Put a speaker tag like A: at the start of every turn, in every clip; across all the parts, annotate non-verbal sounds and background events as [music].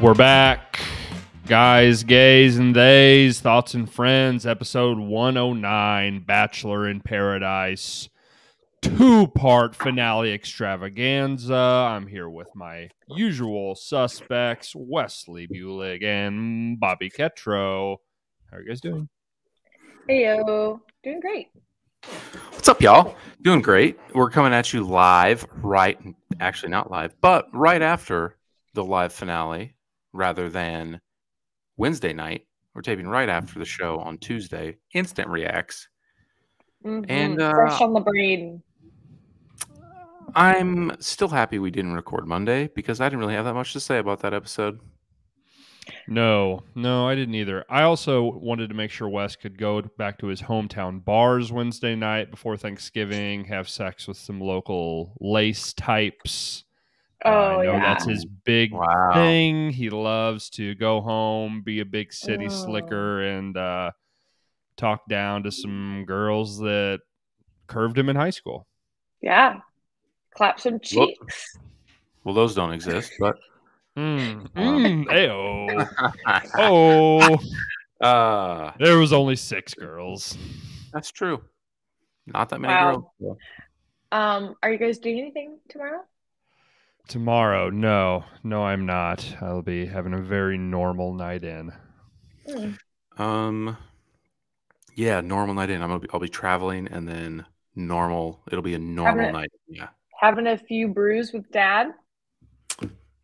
A: We're back. Guys, gays, and theys, thoughts and friends, episode 109, Bachelor in Paradise, two part finale extravaganza. I'm here with my usual suspects, Wesley Bulig and Bobby Ketro. How are you guys doing?
B: Heyo, doing great.
C: What's up, y'all? Doing great. We're coming at you live, right? Actually, not live, but right after the live finale rather than Wednesday night. We're taping right after the show on Tuesday. Instant reacts.
B: Mhm.
C: And, uh,
B: fresh on the brain.
C: I'm still happy we didn't record Monday because I didn't really have that much to say about that episode.
A: No, no, I didn't either. I also wanted to make sure Wes could go back to his hometown bars Wednesday night before Thanksgiving, have sex with some local lace types. Uh,
B: Oh
A: I know
B: yeah.
A: that's his big
C: Wow.
A: thing. He loves to go home, be a big city
B: Oh.
A: slicker, and uh, talk down to some girls that curved him in high school.
B: yeah. Clap some cheeks.
C: Well, those don't exist, but
B: [laughs]
A: Mm,
C: Wow.
A: mm, ayo. Oh,
C: uh,
A: there was only six girls.
C: that's true. Not that many
B: Wow.
C: girls.
B: Um, are you guys doing anything tomorrow?
A: Tomorrow, no, no, I'm not. I'll be having a very normal night in. [laughs]
B: Hmm.
C: Um, yeah, normal night in. I'm gonna be, I'll be traveling, and then normal. It'll be a normal
B: it-
C: night. Yeah.
B: Having a few brews with dad.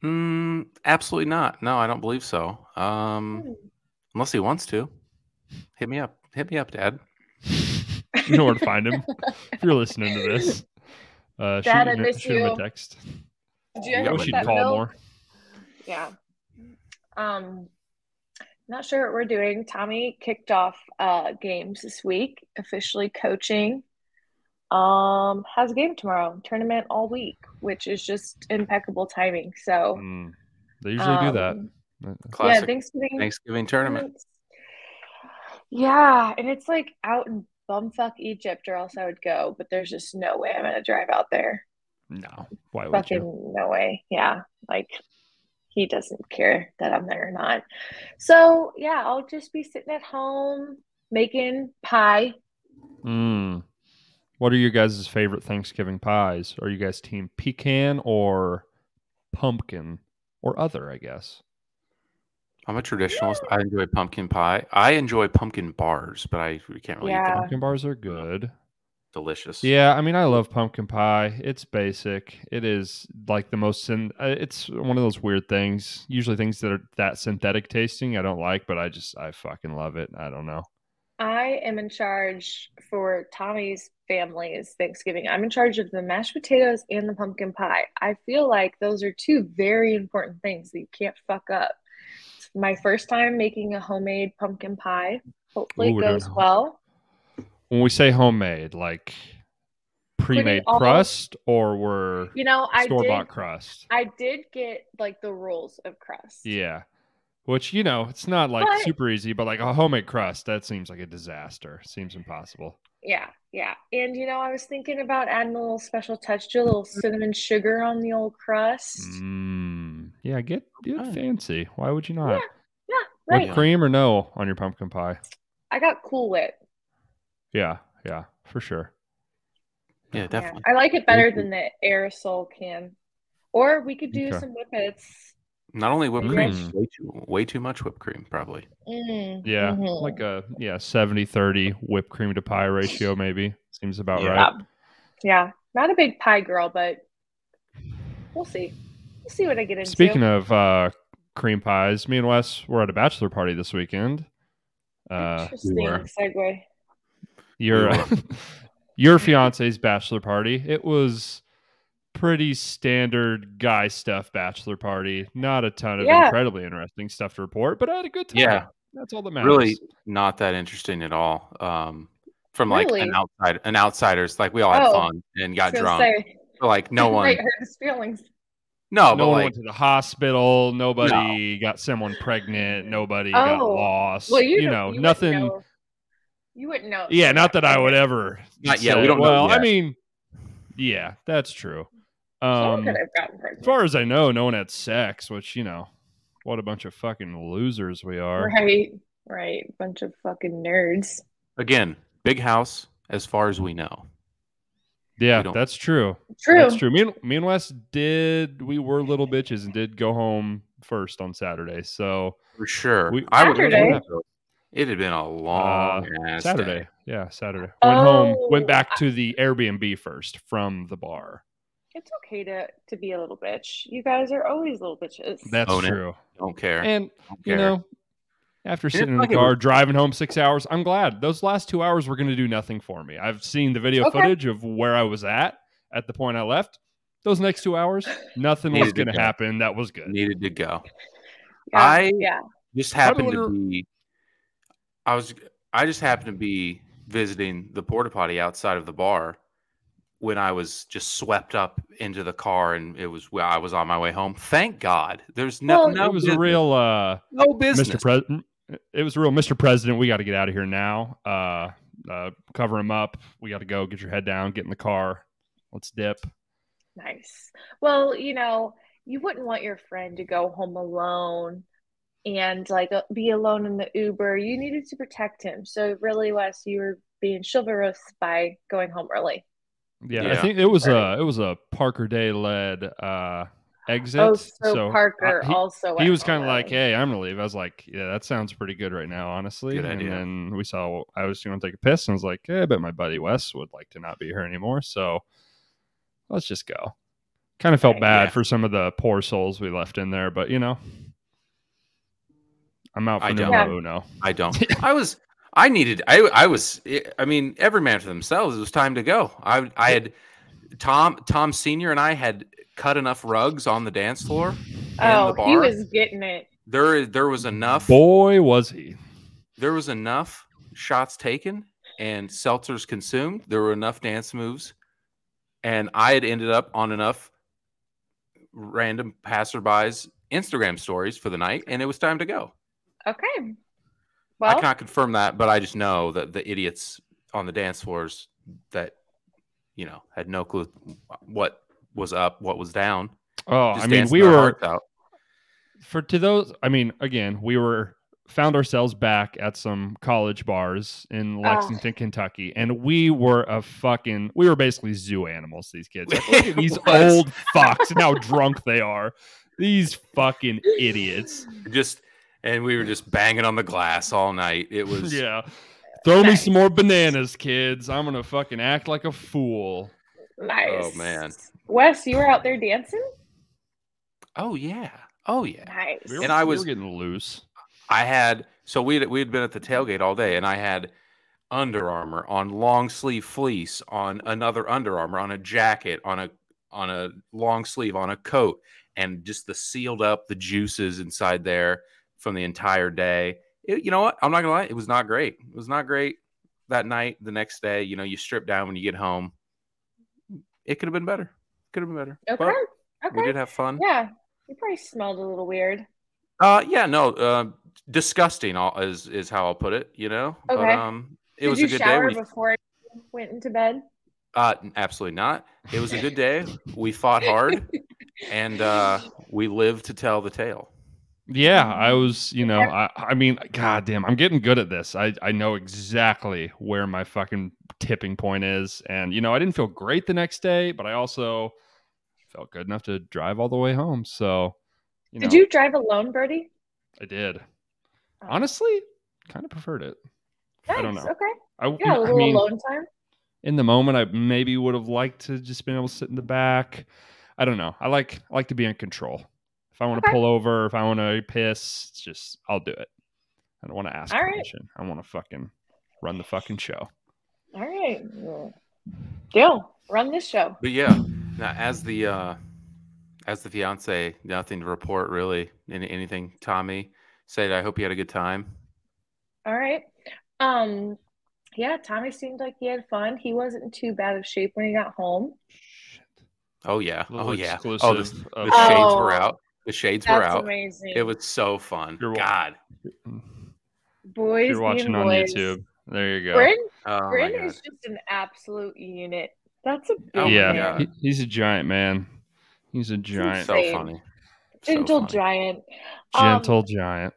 C: Mm, absolutely not. No, I don't believe so.
A: Mm.
C: Um,
B: Hmm.
C: unless he wants to, hit me up. Hit me up, Dad.
A: You know where to find him if you're listening to this. Uh, shoot
B: Dad, I
A: him a-
B: miss
A: shoot him a
B: you.
A: text.
B: Did
C: You
B: you
C: got
B: ever
A: I
C: what
A: wish
B: get
A: he'd
B: that
A: call
B: bill?
A: more.
B: Yeah. Um, not sure what we're doing. Tommy kicked off uh, games this week, officially coaching. Um, has a game tomorrow, tournament all week, which is just impeccable timing. So
A: Mm, they usually do that.
B: um,
C: Classic
B: Yeah, Thanksgiving
C: Thanksgiving tournament.
B: tournaments. Yeah, and it's like out in bumfuck Egypt, or else I would go. But there's just no way I'm gonna drive out there.
A: No, why would
B: Fucking
A: you?
B: no way. Yeah, like he doesn't care that I'm there or not. So yeah, I'll just be sitting at home making pie.
A: Mm. What are your guys' favorite Thanksgiving pies? Are you guys team pecan or pumpkin or other? I guess.
B: Hmm.
C: I'm a traditionalist. I enjoy pumpkin pie. I enjoy pumpkin bars, but I can't really eat
B: Yeah.
C: them.
A: Pumpkin bars are good.
C: Delicious.
A: Yeah, I mean, I love pumpkin pie. It's basic. It is like the most. Syn- uh, it's one of those weird things. Usually, things that are that synthetic tasting, I don't like, but I just I fucking love it. I don't know.
B: I am in charge for Tommy's family's Thanksgiving. I'm in charge of the mashed potatoes and the pumpkin pie. I feel like those are two very important things that you can't fuck up. It's my first time making a homemade pumpkin pie. Hopefully
A: Ooh,
B: it
A: I don't
B: goes
A: know.
B: well.
A: When we say homemade, like pre-made
B: all-
A: crust, or we're
B: You know, I
A: store
B: did
A: bought crust.
B: I did get like the rules of crust.
A: Yeah. Which, you know, it's not like
B: But-
A: super easy, but like a homemade crust, that seems like a disaster. Seems impossible.
B: Yeah, yeah. And you know, I was thinking about adding a little special touch to a little cinnamon sugar on the old crust.
A: Mm, yeah, get, get
C: Okay.
A: fancy. Why would you not?
B: Yeah,
A: Whipped
B: right.
C: Yeah.
A: cream or no on your pumpkin pie?
B: I got Cool Whip.
A: Yeah, yeah, for sure.
C: Yeah,
B: Yeah,
C: definitely.
B: I like it better than the aerosol can. Or we could do
A: Okay.
B: some whippets.
C: Not only whipped cream,
A: Mm.
C: way too way too much whipped cream, probably.
B: Mm,
A: Yeah,
B: mhm.
A: like a yeah 70 30 whipped cream to pie ratio, maybe. Seems about
C: Yeah.
A: right.
B: yeah, not a big pie girl, but we'll see. We'll see what I get into.
A: Speaking of uh, cream pies, me and Wes were at a bachelor party this weekend. Uh,
B: interesting
C: we were.
B: segue.
A: your
C: We
A: [laughs] your fiance's bachelor party. It was pretty standard guy stuff bachelor party. Not a ton of
B: Yeah.
A: incredibly interesting stuff to report, but I had a good time.
C: Yeah.
A: That's all that matters.
C: Really not that interesting at all. Um from like
B: Really?
C: an outside an outsider's like we all had
B: Oh.
C: fun and got
B: So
C: drunk.
B: sorry.
C: So,
B: [laughs]
C: like no one
B: Right, hurt his feelings.
C: no, oh, but
A: no one
C: like
A: went to the hospital. Nobody got someone pregnant. Nobody got
B: Oh.
A: lost.
B: Well, you, don't-
A: know,
B: you wouldn't
A: nothing.
B: know- you wouldn't know. if
A: Yeah,
B: you
A: not
B: got
A: that I would
B: pregnant.
A: ever.
C: Not yet, we
A: say-
C: don't know
A: Well, I
C: yet.
A: mean, yeah, that's true.
B: Someone
A: Um,
B: could have gotten pregnant.
A: As far as I know, no one had sex, which you know, What a bunch of fucking losers we are.
B: Right, right. Bunch of fucking nerds.
C: Again, big house as far as we know.
A: Yeah,
C: We don't-
A: that's true.
B: True.
A: That's true. Me and, me and Wes did, we were little bitches and did go home first on Saturday. So
C: For sure.
A: We-
C: I would
B: Saturday.
C: It had been a long ass
A: Uh, Saturday.
C: day.
A: Yeah, Saturday. Went home, went
B: Oh.
A: back to the Airbnb first from the bar.
B: It's okay to to be a little bitch. You guys are always little bitches.
A: That's
C: Own it.
A: true.
C: Don't care.
A: And,
C: Don't
A: you
C: care.
A: know, after
C: it's
A: sitting in the
C: like it
A: car
C: was-
A: driving home six hours, I'm glad those last two hours were going to do nothing for me. I've seen the video
B: Okay.
A: footage of where I was at at the point I left. Those next two hours, nothing was
C: Needed to
A: going to
C: go.
A: happen. That was good.
C: needed to go.
B: yeah,
C: I-
B: yeah.
C: Just
A: How do
C: happened to
A: we-
C: be. I was. I just happened to be visiting the porta potty outside of the bar when I was just swept up into the car, and it was. Well, I was on my way home. Thank God. There's no.
B: Well,
C: no
A: it was
C: business,
A: a real uh,
C: no business.
A: Mr. President. It was a real Mr. President. We got to get out of here now. Uh, uh, cover him up. We got to go. Get your head down. Get in the car. Let's dip.
B: Nice. Well, you know, you wouldn't want your friend to go home alone and like uh, be alone in the Uber. You needed to protect him. So really, Wes, you were being chivalrous by going home early.
A: Yeah, I
C: Yeah.
A: think it was
B: Right.
A: a it was a Parker Day led uh, exit.
B: Oh, so
A: uh,
B: Parker
A: he-
B: also
A: he
B: went
A: was
B: home
A: kind of like,
B: early.
A: "Hey, I'm gonna leave." I was like, "Yeah, that sounds pretty good right now, honestly."
C: Good
A: and
C: idea.
A: then we saw I was going to take a piss, and I was like, "Yeah, I bet my buddy Wes would like to not be here anymore, so let's just go." Kind of felt
B: Right.
A: bad
C: Yeah.
A: for some of the poor souls we left in there, but you know, I'm out for
C: I don't.
A: numero uno.
B: [laughs]
C: I don't. I was. I needed. I. I was. I mean, every man for themselves. It was time to go. I. I had. Tom. Tom Senior and I had cut enough rugs on the dance floor. and the
B: Oh, he
C: bar.
B: was getting it.
C: There. is- There was enough.
A: Boy, was he!
C: There was enough shots taken and seltzers consumed. There were enough dance moves, and I had ended up on enough random passerby's Instagram stories for the night, and it was time to go.
B: Okay.
C: I
B: Well,
C: can't confirm that, but I just know that the idiots on the dance floors that you know had no clue what was up, what was down.
A: Oh,
C: just
A: I mean,
C: dancing
A: we
C: their
A: were
C: hearts out.
A: for to those i mean again we were found ourselves back at some college bars in lexington kentucky and we were a fucking we were basically zoo animals these
C: [laughs]
A: kids Like, [laughs] look at these
C: It was.
A: old fucks and how drunk they are these fucking idiots
C: just and we were just banging on the glass all night. It was
A: [laughs] yeah throw me
B: Nice.
A: some more bananas kids i'm gonna fucking act like a fool
B: nice.
C: oh, man.
B: Wes, you were out there dancing?
C: oh yeah, oh yeah.
B: Nice.
A: We were-
C: And I
A: we were
C: was-
A: getting loose
C: I had so we we had been at the tailgate all day, and I had Under Armour on long sleeve fleece, on another Under Armour, on a jacket, on a on a long sleeve, on a coat, and just the sealed up the juices inside there from the entire day. It- you know what? I'm not gonna lie, it was not great. It was not great that night. The next day, you know, you strip down when you get home. It could have been better. Could have been better.
B: Okay.
C: But
B: okay.
C: We did have fun.
B: yeah. You probably smelled a little weird.
C: Uh, yeah, no, uh, disgusting all- is is how I'll put it. You know, but
B: Okay.
C: um, it
B: Did
C: was
B: you
C: a good day.
B: shower
C: We,
B: before you went into bed?
C: uh, absolutely not. It was a good day. We fought
B: [laughs]
C: hard, and uh, we lived to tell the tale.
A: Yeah,
B: Mhm.
A: I was, you know,
B: Ev-
A: I, I mean, god damn, I'm getting good at this. I, I know exactly where my fucking tipping point is. And, you know, I didn't feel great the next day, but I also felt good enough to drive all the way home. So, you know,
B: Did you drive alone, Birdie?
A: I did.
B: Oh,
A: Honestly, kind of preferred it.
B: nice.
A: I don't know.
B: Okay.
A: I,
B: You got a
A: I
B: little
A: mean,
B: alone time.
A: in the moment, I maybe would have liked to just been able to sit in the back. I don't know. I like I like to be in control. If I want to
B: Okay.
A: pull over, if I want to piss, it's just I'll do it. I don't want to ask
B: All right.
A: permission. I want to fucking run the fucking show.
B: All right. Deal. Run this show.
C: But yeah, now as the uh, as the fiance, nothing to report really. Any, anything, Tommy said. I hope you had a good time.
B: All right. Um, yeah, Tommy seemed like he had fun. He wasn't in too bad of shape when he got home.
C: Oh yeah,
A: A little
C: oh yeah.
A: exclusive uh,
C: Oh, the, the
A: of-
B: Oh,
C: shades were out. The shades were
B: That's
C: out.
B: amazing.
C: It was so fun.
A: You're welcome.
C: God.
A: if
B: boys
A: you're watching
B: being
A: on
B: boys.
A: YouTube. There you go.
B: Bryn,
C: Oh, my
B: Bryn
C: God.
B: is just an absolute unit. That's a big
C: Oh my
A: yeah,
B: man.
C: God.
A: he- he's a giant man. He's a giant.
C: so
B: insane.
C: funny. So
B: Gentle
C: funny.
B: giant. Um,
A: Gentle giant.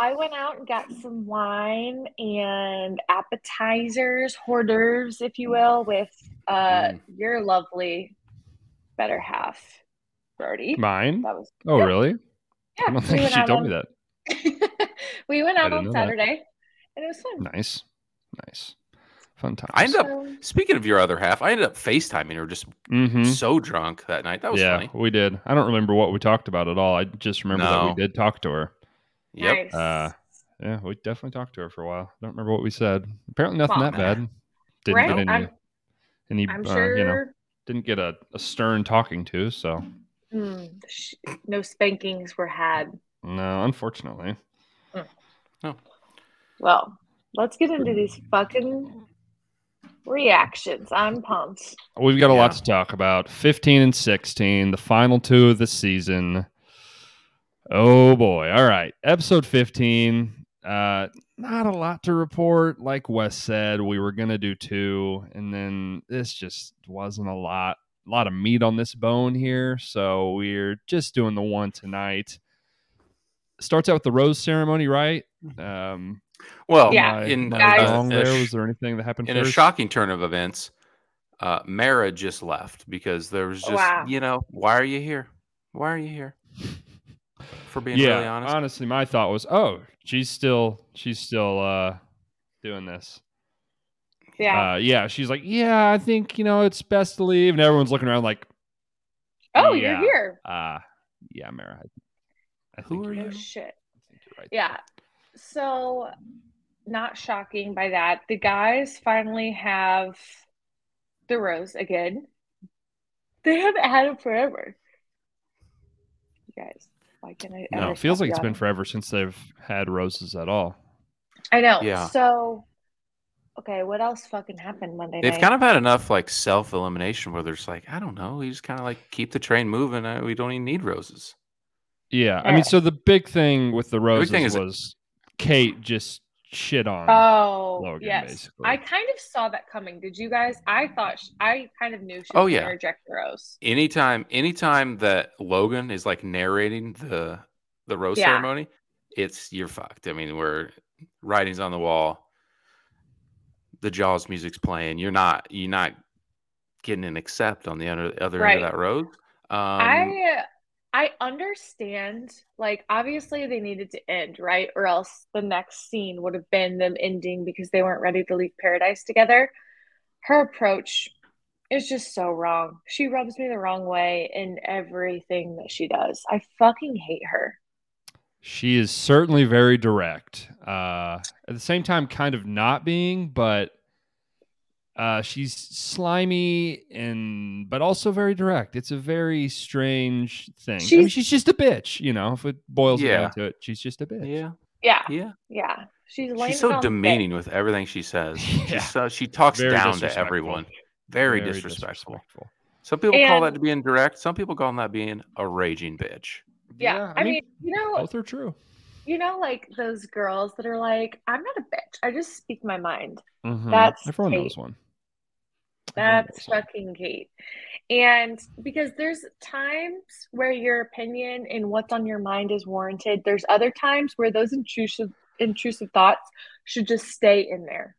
B: I went out and got some wine and appetizers, hors d'oeuvres, if you will, with uh,
C: Mm.
B: your lovely better half, Brody.
A: Mine?
B: That was
A: Oh,
B: yeah.
A: really?
B: yeah.
A: I don't think she told me that.
B: that. [laughs] we went
A: I
B: out
A: didn't
B: on
A: know that.
B: Saturday, and it was fun.
A: Nice. Nice. Fun times.
C: I ended up
B: So,
C: speaking of your other half. I ended up FaceTiming her, just
A: Mm-hmm.
C: so drunk that night. That was
A: yeah,
C: funny.
A: we did. I don't remember what we talked about at all. I just remember that
C: No.
A: we did talk to her.
C: Yep.
B: nice.
A: Uh, Yeah, we definitely talked to her for a while. I don't remember what we said. Apparently, nothing
B: Well,
A: that
B: [laughs]
A: bad. Didn't
B: right?
A: get any,
B: I'm,
A: any
B: I'm
A: uh,
B: sure.
A: you know, didn't get a, a stern talking to. So,
B: mm, sh- no spankings were had.
A: no, unfortunately.
B: Well, let's get into these fucking reactions. I'm pumped.
A: We've got a lot
C: Yeah.
A: to talk about. 15 and 16, the final two of the season. Oh boy. All right. Episode 15. Uh not a lot to report. Like Wes said, we were gonna do two, and then this just wasn't a lot. A lot of meat on this bone here. So we're just doing the one tonight. Starts out with the rose ceremony, right? Um
C: Well,
A: am
B: Yeah.
A: I-
C: Mm-hmm. in,
A: am I
B: Guys-
A: wrong
C: uh,
A: there? Was there anything that happened
C: in a
A: first?
C: shocking turn of events, uh, Mara just left because there was just,
B: Wow.
C: you know, why are you here? Why are you here? For being really honest,
A: Honestly, my thought was, oh, she's still she's still uh doing this.
B: Yeah.
A: Uh yeah, she's like, Yeah, I think, you know, it's best to leave. And everyone's looking around like,
B: oh,
A: yeah.
B: you're here.
A: uh yeah, Mara. I, I
C: Who
A: think
C: are
A: you're
C: you?
B: Oh
A: right.
B: shit.
A: I think you're right.
B: Yeah. So not shocking by that. The guys finally have the rose again. They haven't had it forever. You guys, why can't I
C: No,
A: No,
B: ever
A: it feels
B: stop
A: like it's been
B: yawning?
A: forever since they've had roses at all.
B: I know.
C: Yeah.
B: So okay, what else fucking happened Monday
C: they've
B: night?
C: kind of had enough like self elimination where there's like, I don't know, we just kind of like keep the train moving. uh, We don't even need roses.
A: Yeah. I mean,
B: Yeah.
A: so the big thing with the
C: big
A: roses
C: thing is-
A: was Kate just shit on
B: Oh
A: Logan,
B: yes,
A: basically.
B: I kind of saw that coming. Did you guys? I thought sh I kind of knew she
C: Oh,
B: was
C: yeah.
B: gonna reject the rose.
C: Anytime, anytime that Logan is like narrating the the rose
B: Yeah.
C: ceremony, it's you're fucked. I mean, we're writing's on the wall, the Jaws music's playing. You're not, you're not getting an accept on the other other
B: Right.
C: end of that road. Um,
B: I I understand. Like obviously they needed to end right, or else the next scene would have been them ending because they weren't ready to leave paradise together. Her approach is just so wrong. She rubs me the wrong way in everything that she does. I fucking hate her.
A: She is certainly very direct. Uh, at the same time, kind of not being, but uh, she's slimy and but also very direct. It's a very strange thing. I mean,
B: She's-
A: she's just a bitch, you know. If it boils
C: Yeah.
A: down to it, she's just a bitch.
C: yeah,
B: Yeah,
C: yeah.
B: yeah. She's laying
C: She's
B: it
C: so
B: on thick.
C: demeaning with everything she says.
A: Yeah.
C: She's so, she talks
A: Very
C: down to
A: disrespectful.
C: everyone. Very, disrespectful.
A: disrespectful.
C: Some people call that
B: And-
C: to being direct. Some people call that being a raging bitch.
B: Yeah, I, mean, you know,
A: both are true.
B: You know, like those girls that are like, I'm not a bitch. I just speak my mind.
A: Mhm.
B: That's
A: everyone
B: Kate.
A: knows one. Everyone
B: That's
A: knows one.
B: fucking Kate. And because there's times where your opinion and what's on your mind is warranted, there's other times where those intrusive intrusive thoughts should just stay in there.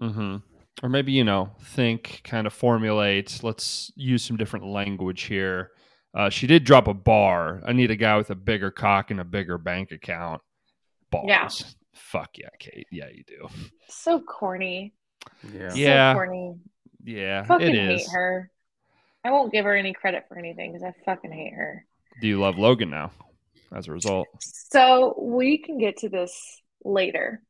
A: Mm-hmm. Or maybe, you know, think, kind of formulate. Let's use some different language here. Uh, she did drop a bar. I need a guy with a bigger cock and a bigger bank account. Bars.
B: Yeah.
A: Fuck yeah, Kate. Yeah, you do.
B: So corny.
C: Yeah.
B: So
A: Yeah.
B: corny.
A: Yeah,
B: Fucking
A: it
B: hate
A: is.
B: her. I won't give her any credit for anything because I fucking hate her.
A: Do you love Logan now as a result?
B: So we can get to this later.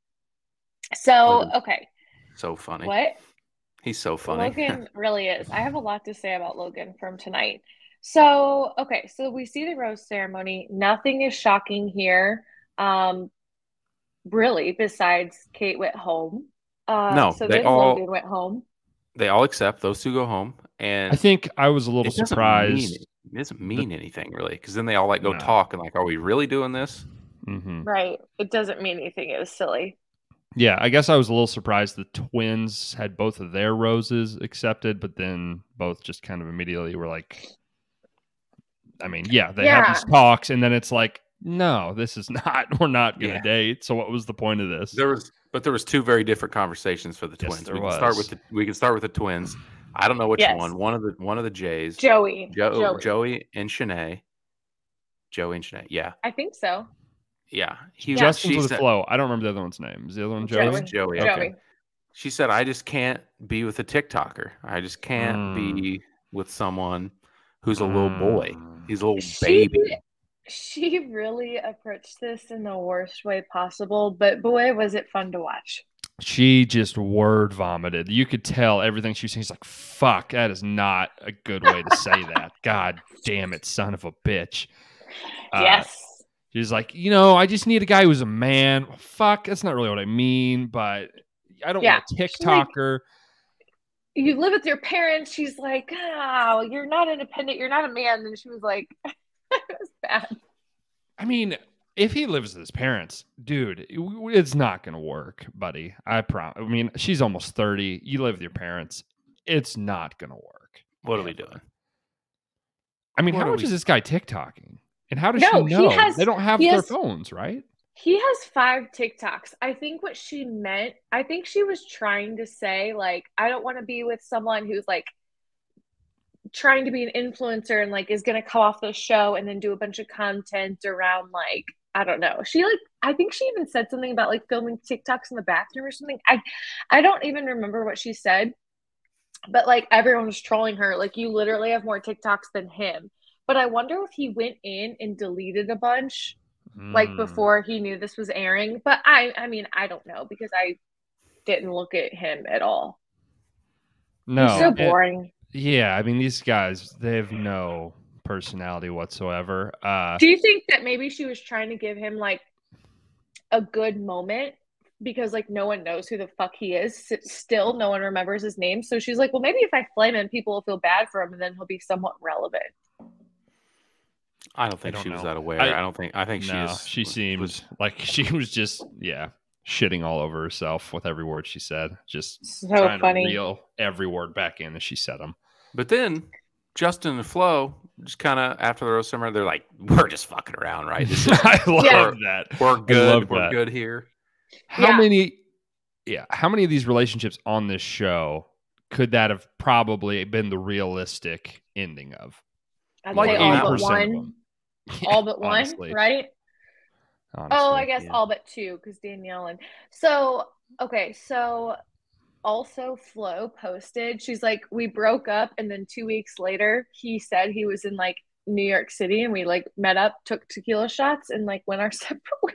B: So,
C: Later.
B: okay.
C: So funny.
B: What?
C: He's so funny. [laughs]
B: Logan really is. I have a lot to say about Logan from tonight. So, okay, so we see the rose ceremony. Nothing is shocking here, um, really, besides Kate went home. Uh,
C: No,
B: so
C: they
B: then
C: all-
B: Logan went home.
C: they all accept. Those two go home, and
A: I think I was a
C: it
A: little
C: doesn't mean
A: surprised.
C: any- It doesn't mean anything really, because then they all like go
A: No.
C: talk and like, are we really doing this?
A: Mm-hmm.
C: Mm.
B: Right. It doesn't mean anything. It was silly.
A: Yeah, I guess I was a little surprised the twins had both of their roses accepted, but then both just kind of immediately were like, I mean, yeah, they
B: Yeah.
A: have these talks, and then it's like, no, this is [laughs] not. We're not going to
C: Yeah.
A: date. So what was the point of this?
C: There was, but there was two very different conversations for the
A: Yes,
C: twins.
A: there
C: we can start
A: was.
C: with the we can start with the twins. I don't know which
B: Yes.
C: one. One of the one of the Jays.
B: Joey.
C: Joe,
B: Joey.
C: Joey. and Shanae. Joey and Shanae. Yeah,
B: I think so.
C: yeah. He
A: Justin's
C: she
A: with
C: said-
A: Flo. I don't remember the other one's name. Is the other one
C: it
A: Joey?
C: was
B: Joey.
C: Joey.
A: Okay.
B: Joey.
C: She said, "I just can't be with a TikToker. I just can't
A: Mm.
C: be with someone who's a little boy.
A: Mm.
C: He's a little
B: She-
C: Oh, baby."
B: She really approached this in the worst way possible, but boy, was it fun to watch.
A: She just word vomited. You could tell everything she was saying. She's like, fuck, that is not a good way to say that. God damn it, son of a bitch. Uh,
B: yes.
A: She's like, you know, I just need a guy who's a man. Fuck, that's not really what I mean, but I don't
B: Yeah,
A: want a
B: like-
A: TikToker.
B: You live with your parents. She's like, oh, you're not independent. You're not a man. And she was like, [laughs] it was bad.
A: I mean, if he lives with his parents, dude, it- w- it's not going to work, buddy. I prom. I mean, she's almost 30. You live with your parents. It's not going to work.
C: What are we doing?
A: I mean,
C: What
A: how
C: are
A: much
C: we-
A: is this guy TikToking? And how does
B: No,
A: she
B: he
A: know?
B: has-
A: they don't have
B: he
A: their
B: has-
A: phones, right?
B: He has five TikToks. I think what she meant, I think she was trying to say, like, I don't want to be with someone who's like trying to be an influencer and like is going to come off the show and then do a bunch of content around like, I don't know. She like, I think she even said something about like filming TikToks in the bathroom or something. I, I don't even remember what she said, but like everyone was trolling her. Like, you literally have more TikToks than him. But I wonder if he went in and deleted a bunch like
A: Mm.
B: before he knew this was airing but i i mean i don't know because i didn't look at him at all
A: No.
B: he's so
A: it-
B: boring
A: yeah, I mean, these guys, they have no personality whatsoever. Uh,
B: do you think that maybe she was trying to give him like a good moment because like no one knows who the fuck he is S- still no one remembers his name so she's like well maybe if i flame him people will feel bad for him and then he'll be somewhat relevant
C: I don't think
A: don't
C: she was
A: know.
C: that aware.
A: I-
C: I, don't think. I think she
A: no,
C: is.
A: she
C: was-
A: seemed
C: was-
A: like [laughs] she was just, yeah, shitting all over herself with every word she said. Just
B: so
A: trying to
B: funny
A: reel every word back in as she said them.
C: But then Justin and Flo just kind of after the road summer, they're like, "We're just fucking around, right? This is,
A: [laughs] I love
B: Yeah.
A: that.
C: we're
A: love
C: good. We're
A: that.
C: good here."
A: How
B: Yeah.
A: many? Yeah, how many of these relationships on this show could that have probably been the realistic ending of?
B: i'd
C: Like
B: say all
C: 80%
B: but
A: of
B: one
A: them. Yeah,
B: all but one
A: honestly,
B: right Oh,
A: honestly.
B: I guess
C: yeah.
B: all but two because Danielle and so okay, so also Flo posted. She's like, we broke up, and then two weeks later, he said he was in like New York City, and we like met up, took tequila shots, and like went our [laughs] separate ways.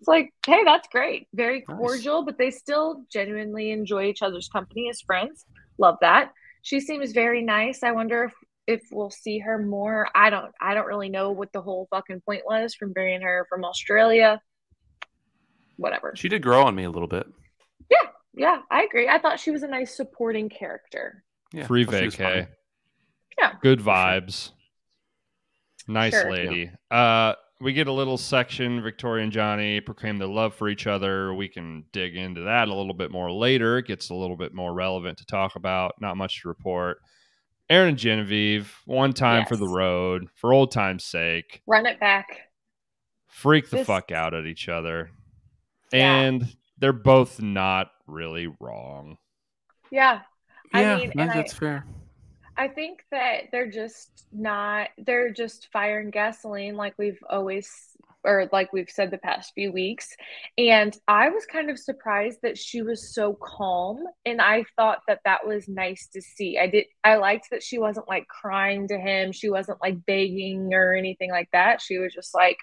B: It's like, hey, that's great, very
C: Nice.
B: cordial, but they still genuinely enjoy each other's company as friends. Love that. She seems very nice. I wonder if if we'll see her more. I don't I don't really know what the whole fucking point was from bringing her from Australia. Whatever.
C: She did grow on me a little bit.
B: Yeah, I agree. I thought she was a nice supporting character.
C: Yeah,
A: Free
C: well, she was
A: vacay.
C: fine.
B: Yeah.
A: Good
C: sure.
A: vibes. Nice
B: Sure.
A: lady. Uh, we get a little section. Victoria and Johnny proclaim their love for each other. We can dig into that a little bit more later. It gets a little bit more relevant to talk about. Not much to report. Aaron and Genevieve, one time for the
B: Yes.
A: road, for old time's sake,
B: Run it back.
A: freak the
B: This-
A: fuck out at each other.
B: Yeah.
A: And they're both not really wrong.
B: Yeah. I
C: Yeah,
B: mean,
C: no,
B: and I-
C: that's fair.
B: I think that they're just not they're just fire and gasoline like we've always or like we've said the past few weeks. And I was kind of surprised that she was so calm and I thought that that was nice to see. I did I liked that she wasn't like crying to him. She wasn't like begging or anything like that. She was just like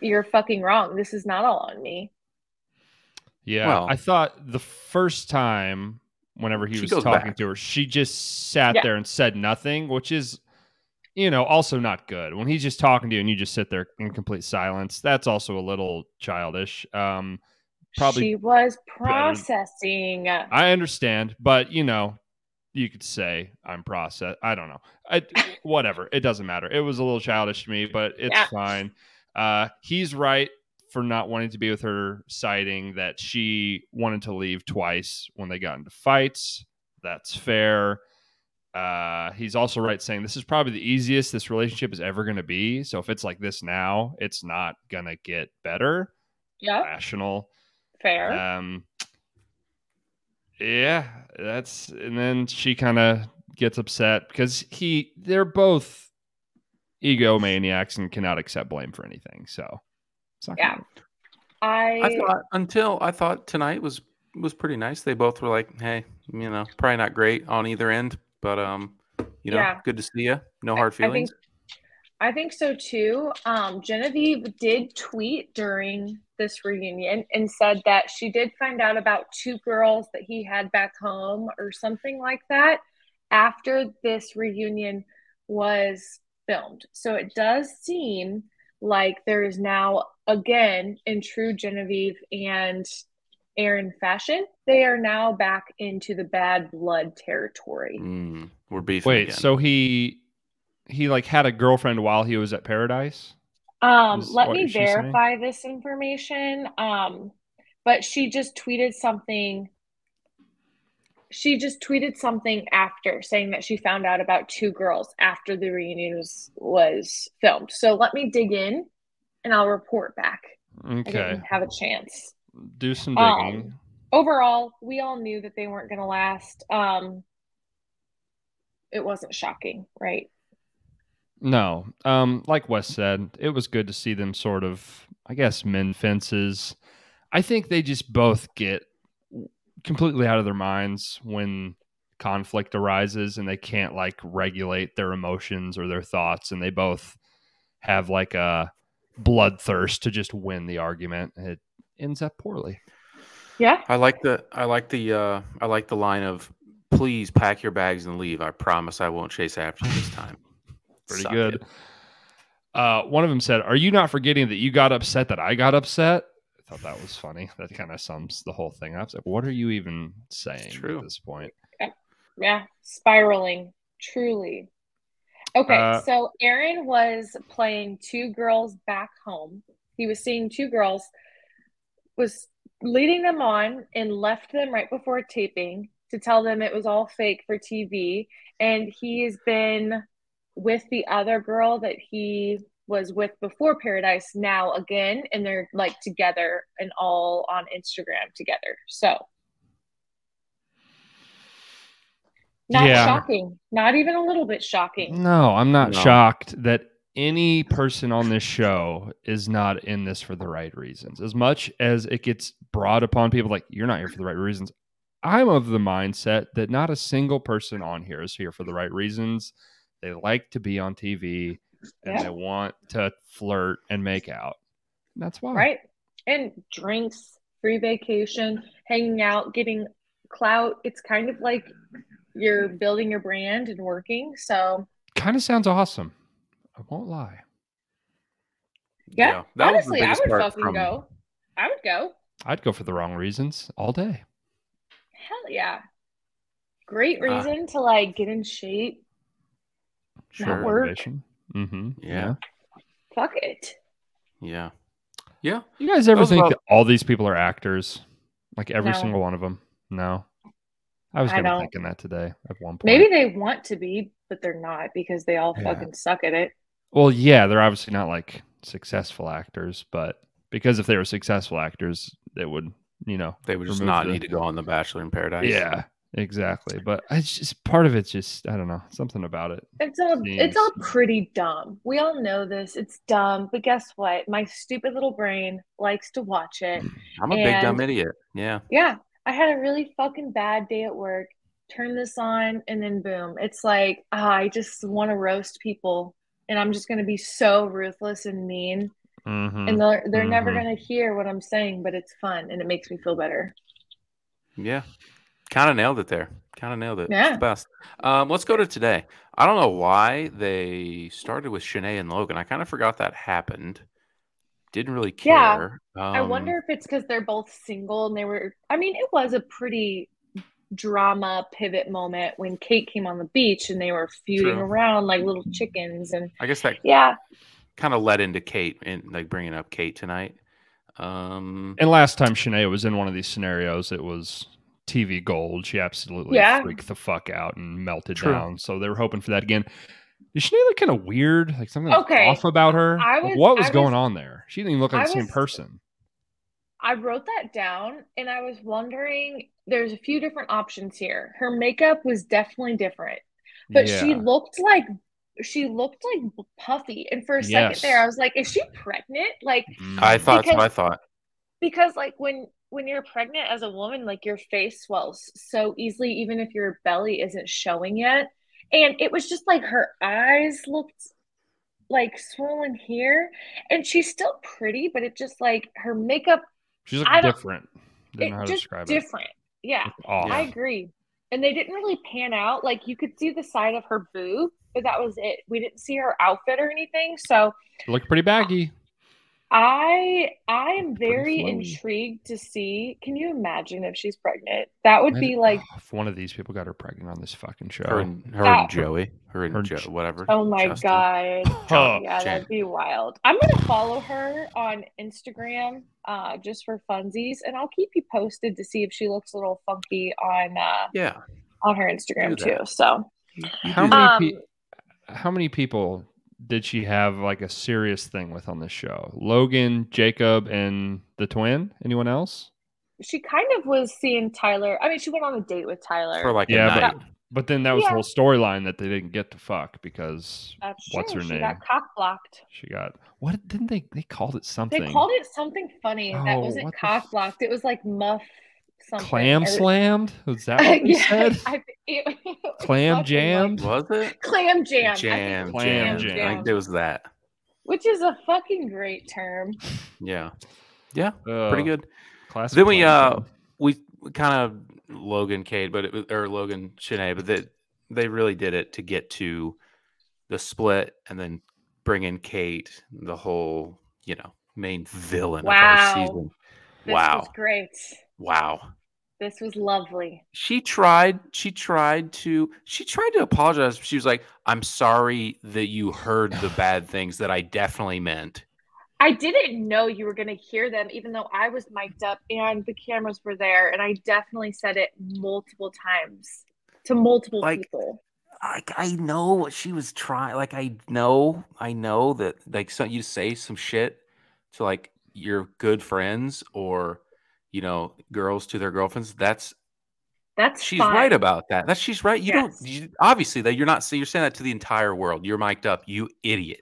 B: you're fucking wrong. This is not all on me.
A: Yeah,
C: Well-
A: I thought the first time, whenever he
C: She
A: was
C: goes
A: talking
C: back.
A: to her, she just sat
B: Yeah.
A: there and said nothing, which is, you know, also not good. When he's just talking to you and you just sit there in complete silence, that's also a little childish. Um, Probably
B: she was
A: better-
B: processing.
A: I understand, but you know, you could say I'm process. I don't know. I, whatever. It doesn't matter. It was a little childish to me, but it's
B: Yeah.
A: fine. Uh, he's right for not wanting to be with her, citing that she wanted to leave twice when they got into fights. That's fair. Uh, he's also right saying this is probably the easiest this relationship is ever going to be. So if it's like this now, it's not going to get better.
B: Yeah,
A: Rational.
B: fair.
A: Um, yeah, that's and then she kind of gets upset because he they're both egomaniacs and cannot accept blame for anything. So it's not gonna
B: Yeah.
A: work.
B: I,
C: I thought until I thought tonight was was pretty nice. They both were like, "Hey, you know, probably not great on either end, but um, you know,
B: Yeah.
C: good to see you. No hard
B: I think-
C: feelings."
B: I think so too. Um, Genevieve did tweet during this reunion and said that she did find out about two girls that he had back home or something like that after this reunion was filmed. So it does seem like there is now, again, in true Genevieve and Aaron fashion, they are now back into the bad blood territory.
C: Mm, we're beefing.
A: Wait,
C: again.
A: so he he like had a girlfriend while he was at Paradise?
B: Um,
A: is
B: let
A: what
B: me
A: she's saying.
B: verify this information. Um, but she just tweeted something. She just tweeted something after saying that she found out about two girls after the reunion was, was filmed. So let me dig in and I'll report back. I
A: Okay,
B: didn't have a chance.
A: do some
B: Um,
A: digging.
B: Overall, we all knew that they weren't going to last. Um, it wasn't shocking, right?
A: No. Um, like Wes said, it was good to see them sort of, I guess, mend fences. I think they just both get completely out of their minds when conflict arises and they can't like regulate their emotions or their thoughts and they both have like a bloodthirst to just win the argument. It ends up poorly.
B: Yeah.
C: I like the I like the uh I like the line of please pack your bags and leave. I promise I won't chase after you this time.
A: Pretty
C: Suck
A: good.
C: it.
A: Uh, one of them said, "Are you not forgetting that you got upset that I got upset?" I thought that was funny. That kind of sums the whole thing up. It's like, what are you even saying
C: true.
A: at this point?
B: Yeah, spiraling, truly. Okay,
A: Uh,
B: so Aaron was playing two girls back home. He was seeing two girls, was leading them on and left them right before taping to tell them it was all fake for TV. And he's been with the other girl that he was with before Paradise now again, and they're like together and all on Instagram together. So Not
A: Yeah.
B: shocking. Not even a little bit shocking.
A: No, I'm not
C: No.
A: shocked that any person on this show is not in this for the right reasons. As much as it gets brought upon people, like you're not here for the right reasons. I'm of the mindset that not a single person on here is here for the right reasons. They like to be on TV and
B: Yeah.
A: they want to flirt and make out. And that's why.
B: Right? And drinks, free vacation, hanging out, getting clout. It's kind of like you're building your brand and working. So
A: Kind of sounds awesome. I won't lie.
B: Yeah,
C: that was the
B: honestly, I
C: biggest
B: would
C: part
B: fucking
C: from-
B: go. I would go.
A: I'd go for the wrong reasons all day.
B: Hell yeah. Great
C: Uh,
B: reason to like get in shape.
C: Sure.
B: work.
A: Mm-hmm.
C: Yeah.
B: Fuck it.
C: Yeah. Yeah.
A: You guys ever
C: Those
A: think
C: about-
A: that all these people are actors? Like every
B: No.
A: single one of them? No. I was
B: I
A: kind of
B: don't.
A: thinking that today at one point.
B: Maybe they want to be, but they're not because they all
A: Yeah.
B: fucking suck at it.
A: Well, yeah, they're obviously not like successful actors, but because if they were successful actors, they would, you know.
C: They would just
A: remove
C: not
A: the-
C: need to go on The Bachelor in Paradise.
A: Yeah, exactly. But it's just part of it's just I don't know something about it.
B: It's all
A: Seems-
B: it's all pretty dumb. We all know this. It's dumb, but guess what? My stupid little brain likes to watch it.
C: I'm a big dumb
B: And-
C: idiot. Yeah.
B: Yeah, I had a really fucking bad day at work. Turn this on, and then boom. It's like ah, I just want to roast people, and I'm just gonna be so ruthless and mean,
A: Mhm.
B: and they're they're never
A: Mhm.
B: gonna hear what I'm saying, but it's fun and it makes me feel better.
C: Yeah. Kind of nailed it there. Kind of nailed it. It's
B: Yeah.
C: the best. Um, let's go to today. I don't know why they started with Shanae and Logan. I kind of forgot that happened. Didn't really
B: Yeah.
C: care.
A: Oh,
C: Um,
B: I wonder if it's because they're both single and they were. I mean, it was a pretty drama pivot moment when Kate came on the beach and they were feuding
C: True.
B: around like little chickens. And
C: I guess that
B: yeah,
C: kind of led into Kate and like bringing up Kate tonight. Um,
A: And last time Shanae was in one of these scenarios, it was TV Gold. She absolutely
B: Yeah.
A: freaked the fuck out and melted
C: True.
A: down. So they were hoping for that again. Is she look kind of weird? Like something
B: Okay.
A: off about her?
B: I
A: Like,
B: was-
A: what was
B: I
A: going
B: was-
A: on there? She didn't even look like
B: I
A: the same
B: was-
A: person.
B: I wrote that down and I was wondering there's a few different options here. Her makeup was definitely different, but
A: yeah.
B: she looked like she looked like puffy. And for a
A: Yes.
B: second there, I was like, is she pregnant? Like
A: Mm.
C: I thought that's what I
B: Because-
C: thought.
B: because like when when you're pregnant as a woman, like your face swells so easily, even if your belly isn't showing yet. And it was just like her eyes looked like swollen here, and she's still pretty, but it just like her makeup
A: She's like
B: I don't-
A: different. Didn't know how
B: it
A: to
B: just
A: describe it.
B: different. Yeah.
A: Looked Off.
B: I agree. And they didn't really pan out. Like you could see the side of her boob, but that was it. We didn't see her outfit or anything. So
A: Looked pretty baggy.
B: I I am
A: Pretty
B: very
A: flowy.
B: intrigued to see. Can you imagine if she's pregnant? That would be like,
A: if one of these people got her pregnant on this fucking show.
C: Her and, her
B: That-
C: and Joey. Her and
A: Her and
C: Joe,
A: Jo-
C: whatever.
B: oh my
C: Justin.
B: god.
A: Huh.
B: Yeah,
C: Jen.
B: that'd be wild. I'm gonna follow her on Instagram, uh, just for funsies, and I'll keep you posted to see if she looks a little funky on uh
C: Yeah.
B: on her Instagram
C: Do
B: too.
C: that.
B: So
A: How
C: do
A: many
B: um,
A: pe- how many people did she have like a serious thing with on this show? Logan, Jacob, and the twin. Anyone else?
B: she kind of was seeing Tyler. I mean, she went on a date with Tyler.
C: for like
A: Yeah,
C: a night.
A: but- But then that was
B: Yeah.
A: the whole storyline that they didn't get to fuck because
B: That's
A: What's
B: true.
A: her
B: Uh, she
A: name?
B: got cock blocked.
A: she got what didn't they they called it
B: They
A: something?
B: called it something funny that
A: Oh,
B: wasn't
A: what the
B: cock
A: f-
B: blocked. It was like muff something.
A: Clam
B: or-
A: slammed? Was
B: [laughs]
A: that what they
B: Yeah,
A: said?
B: I thi- it [laughs] was
A: Clam
B: something like-
A: jammed?
C: Was it?
B: Clam jam. I think
C: Jam,
B: it was
A: Clam
C: jam.
A: jam.
C: I think it was that.
B: Which is a fucking great term.
C: Yeah. Yeah.
A: Uh,
C: Pretty good.
A: Classic
C: Then we,
A: clam
C: uh,
A: jam.
C: we kind of Logan Cade, but it was, or Logan Shanae, but that they really did it to get to the split and then bring in Kate, the whole you know main villain
B: Wow.
C: of our season.
B: This
C: wow,
B: was great.
C: wow.
B: This was lovely.
C: She tried. She tried to. She tried to apologize. She was like, "I'm sorry that you heard [sighs] the bad things that I definitely meant."
B: I didn't know you were going to hear them, even though I was mic'd up and the cameras were there. And I definitely said it multiple times to multiple
C: Like-
B: people.
C: like I know what she was trying. Like I know, I know that like so you say some shit to like your good friends or you know girls to their girlfriends. That's
B: That's
C: she's
B: fine.
C: right about that. That she's right. You
B: Yes.
C: don't you, obviously that you're not. So you're saying that to the entire world. You're mic'd up. You idiot.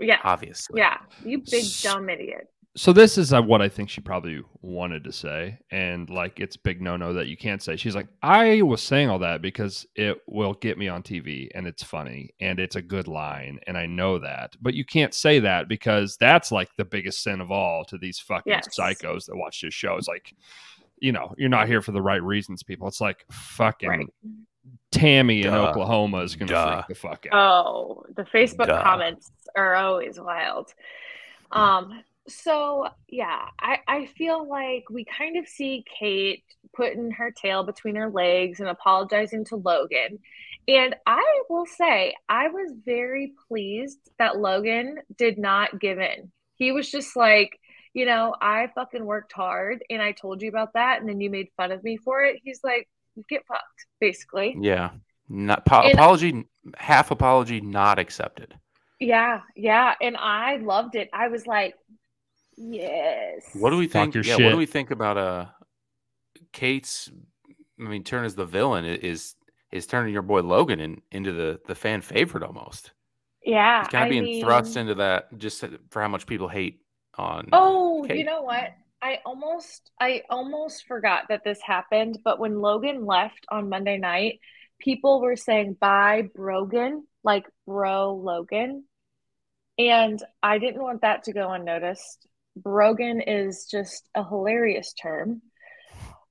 B: Yeah.
C: Obviously.
B: Yeah. You big
A: S-
B: dumb idiot.
A: so this is uh, what I think she probably wanted to say, and like it's big no no that you can't say. She's like, I was saying all that because it will get me on TV, and it's funny, and it's a good line, and I know that, but you can't say that because that's like the biggest sin of all to these fucking
B: Yes.
A: psychos that watch this show. It's like, you know, you're not here for the right reasons, people. It's like fucking
B: Right.
A: Tammy in
C: Duh.
A: Oklahoma is gonna
C: Duh.
A: freak the fuck out.
B: Oh, the Facebook
C: Duh.
B: comments are always wild. Um, so yeah, I, I feel like we kind of see Kate putting her tail between her legs and apologizing to Logan. And I will say, I was very pleased that Logan did not give in. He was just like, you know, I fucking worked hard and I told you about that, and then you made fun of me for it. He's like, get fucked, basically.
C: Yeah. Not po-
B: And-
C: apology. Half apology not accepted.
B: Yeah, yeah, and I loved it. I was like, yes.
C: What do we
A: Talk
C: think?
A: your
C: yeah, what
A: shit.
C: do we think about uh Kate's? I mean, turn as the villain i- is is turning your boy Logan in, into the the fan favorite almost.
B: Yeah,
C: He's kind
B: I
C: of being
B: mean,
C: thrust into that just for how much people hate on.
B: Oh, you
C: Kate.
B: know what? I almost, I almost forgot that this happened. But when Logan left on Monday night, people were saying "Bye, Brogan," like "Bro Logan," and I didn't want that to go unnoticed. Brogan is just a hilarious term,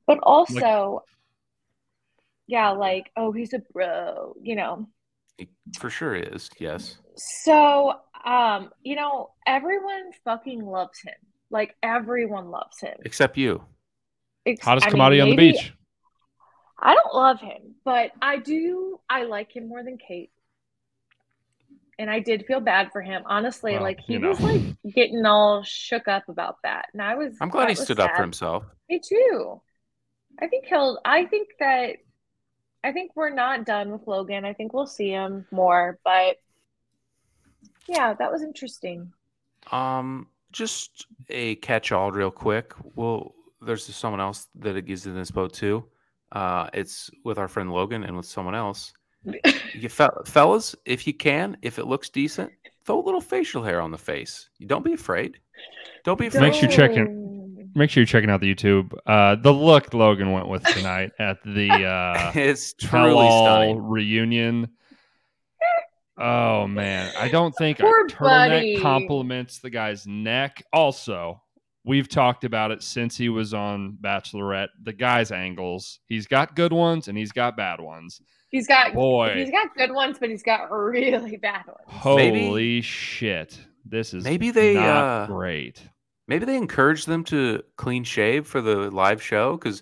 B: but also, yeah, like oh, he's a bro, you know.
C: He for sure is yes.
B: So, um, you know, everyone fucking loves him. Like everyone loves him.
C: Except you.
B: Ex-
A: Hottest
B: I mean,
A: commodity on the
B: maybe-
A: beach.
B: I don't love him, but I do. I like him more than Kate. And I did feel bad for him, honestly.
A: Well,
B: like he
A: you know.
B: was like getting all shook up about that, and I was.
C: I'm glad
B: that
C: he
B: was
C: stood up for
B: sad.
C: himself.
B: Me too. I think he'll. I think that. I think we're not done with Logan. I think we'll see him more, but yeah, that was interesting.
C: Um, just a catch-all, real quick. Well, there's someone else that it gives in this boat too. Uh, it's with our friend Logan and with someone else. you fe- fellas, if you can, if it looks decent, throw a little facial hair on the face. You don't be afraid. Don't be afraid.
A: Makes you check in- Make sure you're checking out the YouTube. Uh, the look Logan went with tonight at the uh,
C: [laughs] it's truly
A: Hell
C: stunning.
A: reunion. Oh man, I don't think
B: Poor
A: a turtleneck
B: buddy.
A: compliments the guy's neck. Also, we've talked about it since he was on Bachelorette. The guy's angles. He's got good ones and he's got bad ones.
B: He's got
A: Boy.
B: he's got good ones, but he's got really bad ones.
A: Holy
C: Maybe-
A: shit. This is
C: Maybe they
A: not
C: uh,
A: great.
C: Maybe they encouraged them to clean shave for the live show because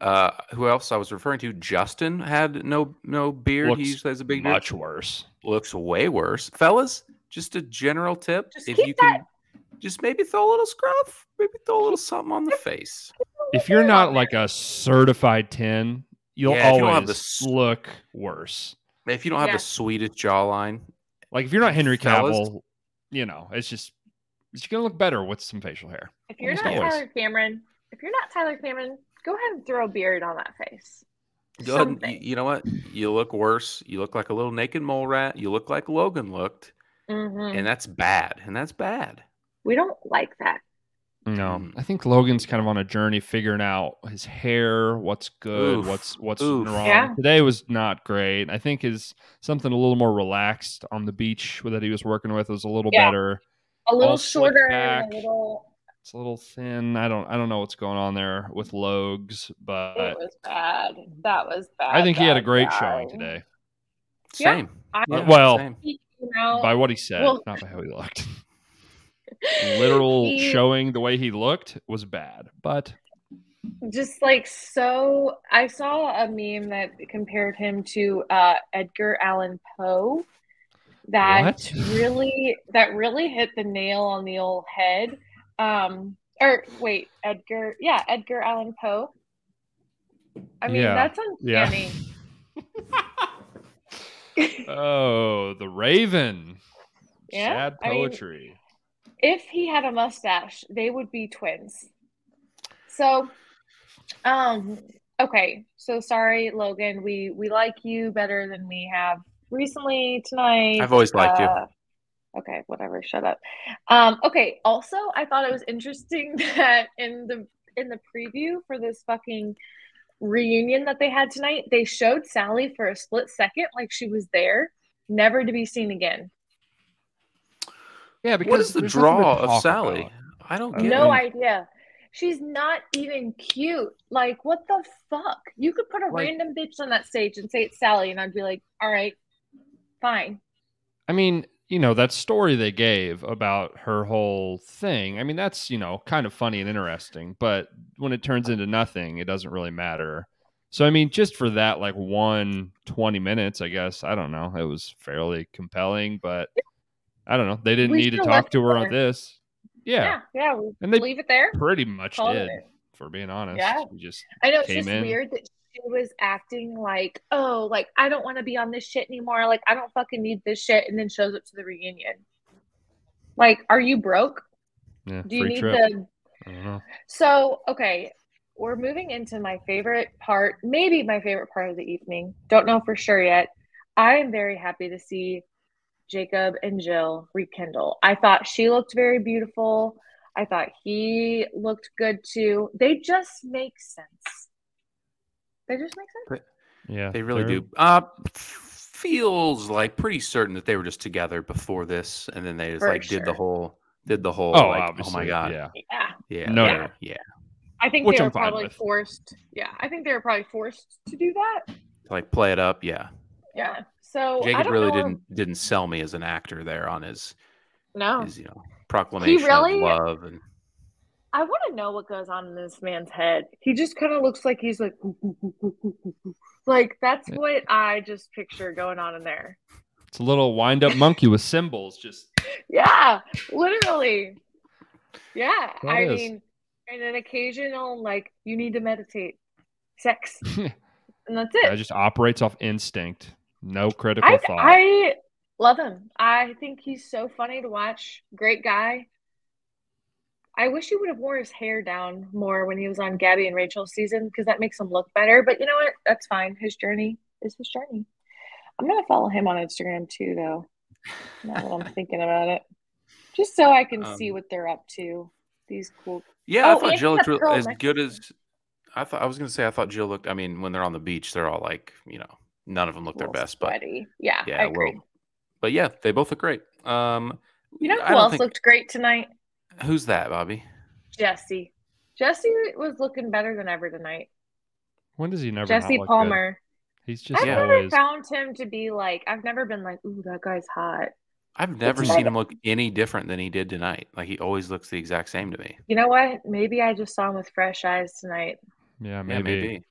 C: uh, who else I was referring to? Justin had no no beard.
A: Looks
C: he usually has a big
A: Much
C: beard.
A: worse.
C: Looks way worse, fellas. Just a general tip:
B: Just
C: if
B: keep
C: you can, just maybe throw a little scruff, maybe throw a little something on the face.
A: If you're not like a certified 10, you'll
C: Yeah, if you don't have
A: always
C: the s-
A: look worse.
C: If you don't have
B: Yeah.
C: the sweetest jawline,
A: Like if you're not Henry
C: Fellas?
A: Cavill, you know, it's just it's gonna look better with some facial hair.
B: If you're
A: Almost
B: not
A: always.
B: Tyler Cameron, if you're not Tyler Cameron, go ahead and throw a beard on that face.
C: Go ahead and-
B: Something.
C: You, you know what? You look worse. You look like a little naked mole rat. You look like Logan looked,
B: Mhm.
C: and that's bad. And that's bad.
B: We don't like that.
A: No,
C: Mm.
A: I think Logan's kind of on a journey figuring out his hair, what's good,
C: Oof,
A: what's what's
C: oof.
A: wrong.
B: Yeah.
A: Today was not great. I think his something a little more relaxed on the beach that he was working with was a little
B: Yeah.
A: better.
B: A little
A: All slicked
B: shorter,
A: back.
B: and a little.
A: It's a little thin. I don't I don't know what's going on there with Logs,
B: It
A: but
B: was bad. That was bad.
A: I think he had a
B: bad,
A: great
B: bad.
A: showing today.
B: Yeah,
C: Same.
B: I-
A: Well,
C: same.
B: You know, [laughs]
A: By what he said,
B: Well-
A: not by how he looked. [laughs] Literal
B: he-
A: showing the way he looked was bad, but
B: just like so i saw a meme that compared him to uh, edgar allan poe that
A: What?
B: really that really hit the nail on the old head um or wait edgar yeah edgar allan poe i mean
A: Yeah.
B: that's
A: Yeah.
B: uncanny
A: [laughs]
B: [laughs]
A: oh, the Raven.
B: Yeah,
A: Sad
B: I mean-
A: poetry.
B: if he had a mustache, they would be twins. So, um, okay. So sorry, Logan. We we like you better than we have recently tonight.
C: I've always liked you.
B: you. Okay, whatever. Shut up. Um, okay. Also, I thought it was interesting [laughs] that in the in the preview for this fucking reunion that they had tonight, they showed Sally for a split second, like she was there, never to be seen again.
A: Yeah,
C: What is the
A: there's nothing to
C: draw of
A: talk
C: Sally?
A: about.
C: I don't
A: I
C: get
B: No
C: it.
B: idea. She's not even cute. Like, what the fuck? You could put a
A: Like-
B: random bitch on that stage and say it's Sally, and I'd be like, all right, fine.
A: I mean, you know, that story they gave about her whole thing, I mean, that's, you know, kind of funny and interesting, but when it turns into nothing, it doesn't really matter. So, I mean, just for that, like one 20 minutes, I guess, I don't know. It was fairly compelling, but I don't know. They didn't
B: We
A: need to
B: still
A: talk
B: liked
A: to her on
B: her.
A: this. Yeah,
B: Yeah, yeah. we
A: And they-
B: leave it there.
A: pretty much
B: Called
A: did,
B: it.
A: for being honest.
B: Yeah.
A: She just
B: I know it's
A: came
B: just
A: in.
B: weird that she was acting like, oh, like I don't want to be on this shit anymore. Like I don't fucking need this shit, and then shows up to the reunion. Like, are you broke?
A: yeah,
B: Do you
A: free
B: need
A: trip.
B: the
A: I don't know.
B: So, okay, we're moving into my favorite part, maybe my favorite part of the evening. Don't know for sure yet. I am very happy to see Jacob and Jill rekindle. I thought she looked very beautiful. I thought he looked good too. They just make sense. They just make sense.
A: Yeah,
C: They really
A: they're-
C: do. Uh, feels like pretty certain that they were just together before this, and then they just
B: For
C: like did the
B: sure.
C: whole, did the whole.
A: Oh,
C: like, oh
A: obviously.
C: my god.
A: Yeah.
B: Yeah.
C: Yeah.
A: No,
C: yeah. yeah.
B: I think
A: Which
B: they
A: I'm
B: were
A: fine
B: probably
A: with.
B: forced. Yeah. I think they were probably forced to do that.
C: Like play it up. Yeah.
B: Yeah. So I
C: Jacob
B: don't
C: really
B: know if-
C: didn't didn't sell me as an actor there on his
B: No.
C: his you know proclamation
B: really-
C: of love and
B: I want to know what goes on in this man's head. He just kind of looks like he's like, like that's what I just picture going on in there.
A: It's a little wind up monkey with cymbals. Just
B: Yeah, literally. Yeah,
A: That
B: I
A: is.
B: mean, and an occasional like you need to meditate.
A: [laughs]
B: sex, and that's
A: Guy
B: it.
A: just operates off instinct, no critical
B: I,
A: thought.
B: I love him. I think he's so funny to watch. Great guy. I wish he would have wore his hair down more when he was on Gabby and Rachel's season because that makes him look better. But you know what? That's fine. His journey is his journey. I'm gonna follow him on Instagram too, though. Now that
C: [laughs]
B: I'm thinking about it, just so I can see
C: Um,
B: what they're up to. These cool.
C: Yeah,
B: Oh,
C: I thought
B: and
C: Jill
B: that
C: looked real,
B: girl
C: as
B: next
C: good
B: to
C: as I thought. I was gonna say I thought Jill looked. I mean, when they're on the beach, they're all like, you know, none of them look their
B: little
C: best, but
B: sweaty. Yeah,
C: yeah,
B: I
C: well,
B: agree.
C: but yeah, they both look great. Um,
B: you know
C: I
B: who
C: don't
B: else
C: think-
B: looked great tonight?
C: who's that, Bobby?
B: Jesse. Jesse was looking better than ever tonight.
A: when does he never? not
B: Jesse
A: look good?
B: Palmer.
A: He's just
B: I've
C: Yeah.
B: never
A: always.
B: found him to be like. I've never been like, ooh, that guy's hot.
C: I've never
B: Bobby.
C: seen him look any different than he did tonight. Like he always looks the exact same to me.
B: You know what? Maybe I just saw him with fresh eyes tonight.
A: Yeah,
C: Yeah,
A: maybe.
C: maybe.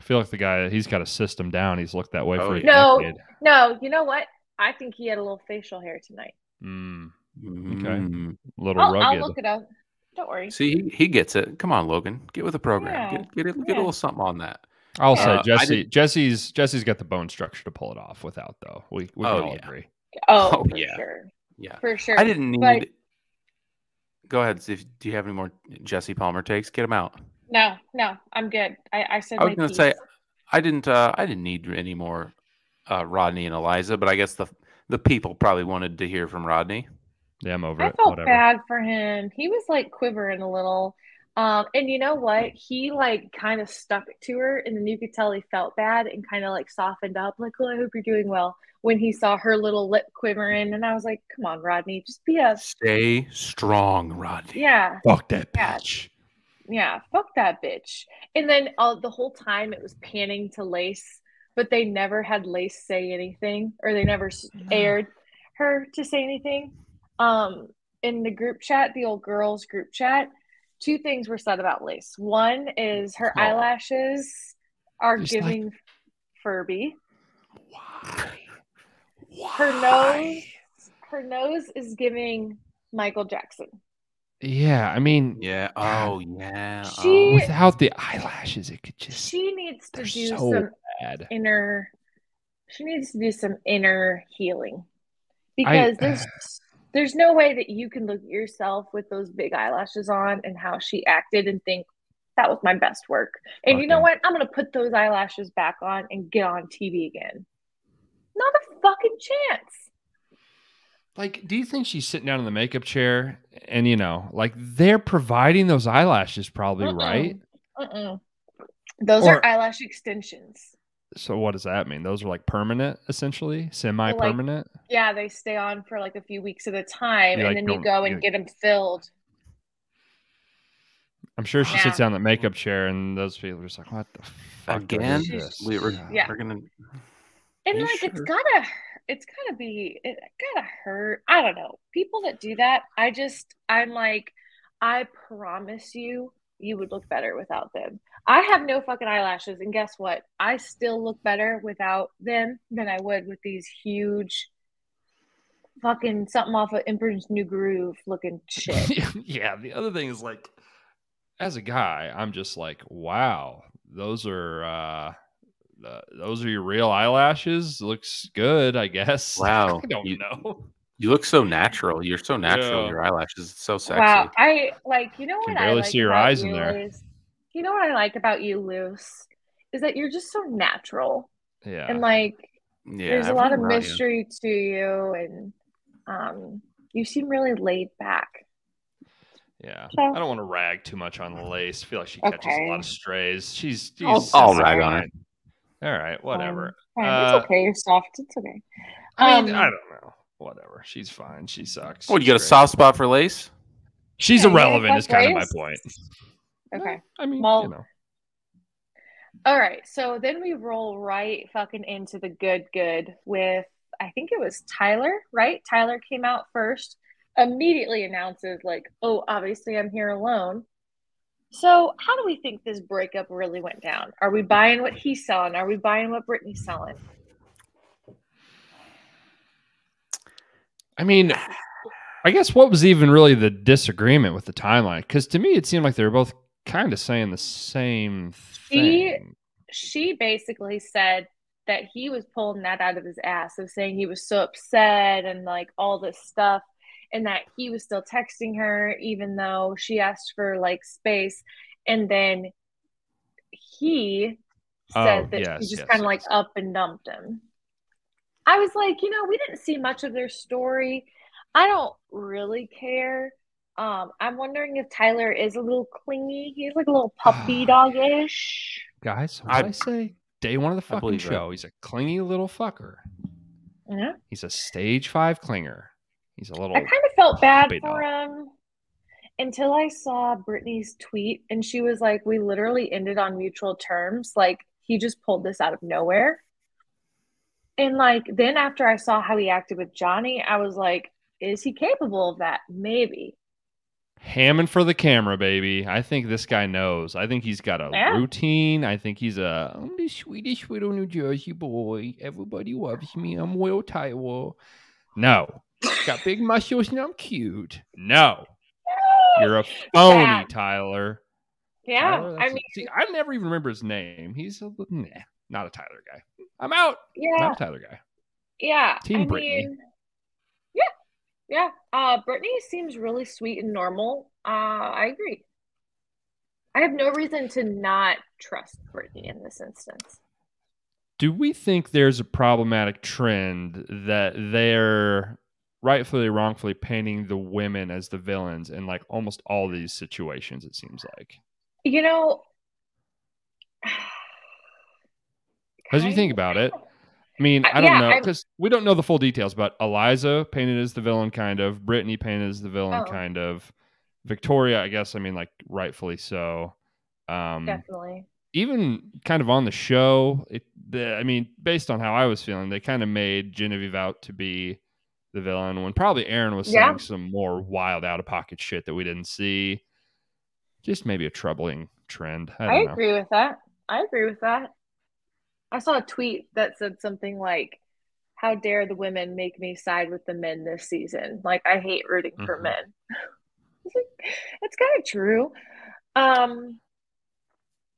A: I feel like the guy. He's got a system down. He's looked that way
C: Oh,
A: for a
C: yeah.
B: No.
A: decade.
B: No, you know what? I think he had a little facial hair tonight.
A: Mm,
C: Mm.
A: little
B: I'll, I'll
A: rugged.
B: look it up. Don't worry.
C: See, he, he gets it. Come on, Logan, get with the program.
B: Yeah,
C: Get get, it, get
B: yeah.
C: a little something on that.
A: I'll
C: Uh, I
A: say Jesse. Jesse's Jesse's got the bone structure to pull it off. Without though, we we can
C: Oh,
A: all
C: yeah.
A: agree.
B: Oh,
C: Oh,
B: for
C: yeah.
B: sure.
C: Yeah.
B: For sure.
C: I didn't need.
B: but-
C: Go ahead. If, do you have any more Jesse Palmer takes? Get him out.
B: No, no, I'm good. I, I said
C: I was
B: my
C: gonna
B: piece.
C: say- I didn't. Uh, I didn't need any more uh, Rodney and Eliza, but I guess the the people probably wanted to hear from Rodney.
A: Yeah, I'm over
B: I
A: it.
B: felt
A: Whatever.
B: bad for him. He was like quivering a little. Um, and you know what? He like kind of stuck it to her, and then you could tell he felt bad and kind of like softened up, like, "Oh, I hope you're doing well." When he saw her little lip quivering, and I was like, "Come on, Rodney, just be a
C: Stay strong, Rodney.
B: yeah,
A: Fuck that
B: Yeah.
A: bitch.
B: yeah, fuck that bitch." And then uh, the whole time it was panning to Lace, but they never had Lace say anything, or they never s- aired her to say anything. Um, in the group chat, the old girls group chat, two things were said about Lace. One is her
C: Aw.
B: eyelashes are
A: Just like-
B: giving Furby.
A: Why?
B: Her nose, her nose is giving Michael Jackson.
A: Yeah, I mean,
C: Yeah. Oh, yeah.
B: She-
C: oh.
A: without the eyelashes, it could just
B: She needs to
A: They're
B: do
A: so-
B: some
A: bad.
B: inner. She needs to do some inner healing because there's there's no way that you can look at yourself with those big eyelashes on and how she acted and think that was my best work. And you know what? I'm gonna put those eyelashes back on and get on TV again. Not a fucking chance.
A: Like, do you think she's sitting down in the makeup chair and you know, like they're providing those eyelashes probably,
B: Mm-mm.
A: right?
B: Mm-mm. Those
A: Or-
B: are eyelash extensions.
A: So what does that mean? Those are like permanent essentially, semi permanent.
B: Yeah, they stay on for like a few weeks at a time,
A: You, like,
B: and then
A: don't-
B: you go
A: you,
B: and
A: like-
B: get them filled.
A: I'm sure she
B: Yeah.
A: sits down in the makeup chair and those people are just like, What the
C: Oh,
A: fuck did I
C: Again,
A: do
B: She's-
A: this?
C: we were,
B: Yeah.
C: we're gonna.
B: And
C: You
B: like it's
C: sure?
B: gotta it's gotta be it gotta hurt. I don't know. People that do that, I just I'm like, I promise you you would look better without them. I have no fucking eyelashes, and guess what? I still look better without them than I would with these huge fucking something off of Emperor's New Groove looking shit.
A: [laughs] yeah. The other thing is like, as a guy, I'm just like, wow, those are uh, th- those are your real eyelashes. Looks good, I guess. [laughs]
C: Wow,
A: I don't
C: you-
A: know.
C: You look so natural. You're so natural.
A: Yeah.
C: Your eyelashes, it's so sexy.
B: Wow, I like you know
A: Can
B: what I
A: barely
B: like
A: see your
B: about
A: eyes in
B: you
A: there.
B: is- you know what I like about you, Luce, is that you're just so natural.
A: Yeah.
B: and like
C: Yeah,
B: there's a lot of
C: everything about you.
B: mystery to you and um you seem really laid back
A: Yeah.
B: So-
A: I don't want to rag too much on Lace. I feel like she catches a lot
B: Okay.
A: of strays. She's,
B: I'll-
A: she's
C: I'll
A: she's
C: rag
A: all
C: on her.
A: right. All right, whatever.
B: Um,
A: Uh,
B: it's okay you're soft it's okay
A: I mean, I
B: um,
A: don't know. Whatever. She's fine. She sucks.
C: Well, you got a
A: She's great.
C: soft spot for lace.
A: She's
B: Yeah, you gotta
A: irrelevant.
B: fuck
A: Is kind of my
B: Lace.
A: point.
B: okay
A: I mean,
B: Well-
A: you know.
B: all right so then we roll right fucking into the good good with i think it was tyler right tyler came out first immediately announces like oh obviously i'm here alone so how do we think this breakup really went down are we buying what he's selling are we buying what brittany's selling
A: I [sighs] mean, I guess what was even really the disagreement with the timeline? Because to me, it seemed like they were both kind of saying the same
B: She-
A: thing.
B: she basically said that he was pulling that out of his ass of saying he was so upset and like all this stuff and that he was still texting her even though she asked for like space and then he said
A: Oh,
B: that
A: yes,
B: he just
A: yes,
B: kind of like
A: yes.
B: up and dumped him i was like you know we didn't see much of their story i don't really care um i'm wondering if tyler is a little clingy he's like a little
A: [sighs]
B: puppy dog-ish
A: Guys, what
C: I-
A: I, I say day one of the
C: I
A: fucking
C: believe it.
A: show. He's a clingy little fucker.
B: yeah
A: He's a stage five clinger. He's a little
B: I kind of felt bad
A: Wait,
B: for him until I saw Brittany's tweet and she was like, We literally ended on mutual terms. Like, he just pulled this out of nowhere. And like, then after I saw how he acted with Johnny, I was like, Is he capable of that? Maybe.
A: hamming for the camera, baby. I think this guy knows. I think he's got a
B: Yeah.
A: routine. I think he's a I'm the Swedish little New Jersey boy. Everybody loves me. I'm Will Tyler.
B: [laughs]
A: No. got big muscles and I'm cute. No. You're a phony,
B: Bad.
A: Tyler.
B: yeah.
A: Tyler,
B: I
A: that's-
B: mean,
A: see, I never even remember his name. He's a, little- nah, not a Tyler guy. I'm out.
B: yeah.
A: Not a Tyler guy.
B: Yeah.
A: Team
B: I
A: Britney.
B: mean, yeah. Yeah. Uh, Brittany seems really sweet and normal. Uh, I agree. I have no reason to not trust Brittany in this instance.
A: Do we think there's a problematic trend that they're rightfully, wrongfully painting the women as the villains in like almost all these situations? It seems like.
B: You know, [sighs]
A: As you
B: kind-
A: think about it, I mean,
B: Uh,
A: I don't
B: yeah,
A: know
B: I'm-
A: because we don't know the full details. But Eliza painted as the villain, kind of. Brittany painted as the villain,
B: Oh.
A: kind of. Victoria, I guess. I mean, like rightfully so. Um,
B: definitely.
A: even kind of on the show, it, the, I mean, based on how I was feeling, they kind of made Genevieve out to be the villain when probably Aaron was
B: Yeah.
A: saying some more wild, out of pocket shit that we didn't see. Just maybe a troubling trend. I
B: I,
A: don't know.
B: agree with that. I agree with that. I saw a tweet that said something like, How dare the women make me side with the men this season? Like, I hate rooting for
A: Mhm.
B: men. [laughs] It's like, That's kind of true. Um,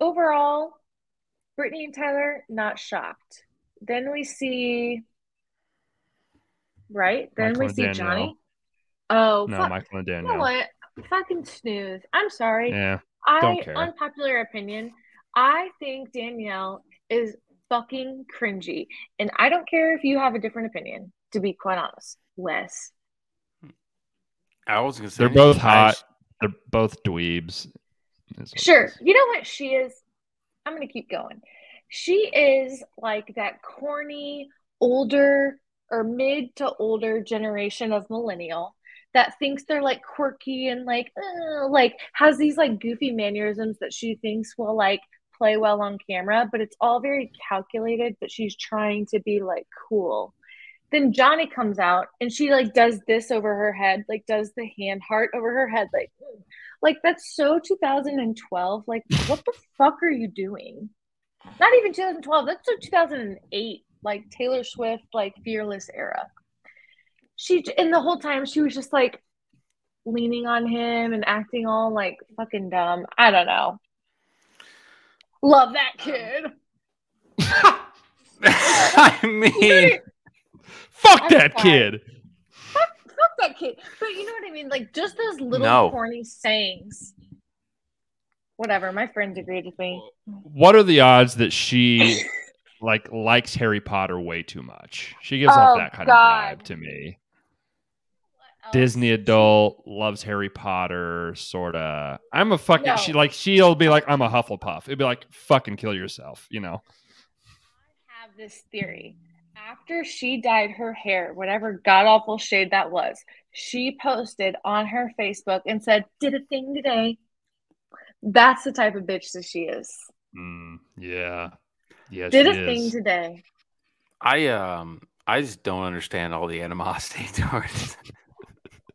B: overall, Brittany and Tyler, not shocked. Then we see, right? Then
A: Michael
B: we
A: and
B: see
A: Danielle.
B: Johnny. Oh,
A: No,
B: fuck.
A: Michael and
B: You know
A: Danielle.
B: what? Fucking snooze. I'm sorry.
A: Yeah,
B: I
A: Don't care.
B: unpopular opinion. I think Danielle is fucking cringy, and I don't care if you have a different opinion. To be quite honest, Wes.
C: I was gonna say
A: They're both
C: I
A: hot.
C: sh-
A: they're both dweebs. is what it
B: Sure.
A: is. [laughs]
B: You know what she is? I'm gonna keep going. She is like that corny older or mid to older generation of millennial that thinks they're like quirky and like "Ugh," like has these like goofy mannerisms that she thinks will like play well on camera, but it's all very calculated, but she's trying to be like cool. Then Johnny comes out and she like does this over her head, like does the hand heart over her head, like "Ugh." like that's so 2012. Like what the fuck are you doing? Not even 2012. That's so 2008. Like Taylor Swift, like fearless era. She j- and the whole time she was just like leaning on him and acting all like fucking dumb. I don't know. Love that kid.
C: I [laughs] mean,
A: Fuck
B: I'm
A: that
B: sorry.
A: kid.
B: Fuck that kid. But you know what I mean? Like just those little
C: No.
B: corny sayings. Whatever. My friends agreed with me.
A: What are the odds that she like likes Harry Potter way too much? She gives
B: Oh,
A: off that kind
B: God.
A: of vibe to me.
B: What else?
A: Disney adult loves Harry Potter, sorta. I'm a fucking
B: No.
A: she like she'll be like I'm a Hufflepuff. It'd be like fucking kill yourself, you know.
B: I have this theory. After she dyed her hair, whatever god awful shade that was, she posted on her Facebook and said, Did a thing today. That's the type of bitch that she is.
A: Mm, yeah, yeah.
B: Did
A: she
B: a thing
A: is.
B: today.
C: I um, I just don't understand all the animosity [laughs] towards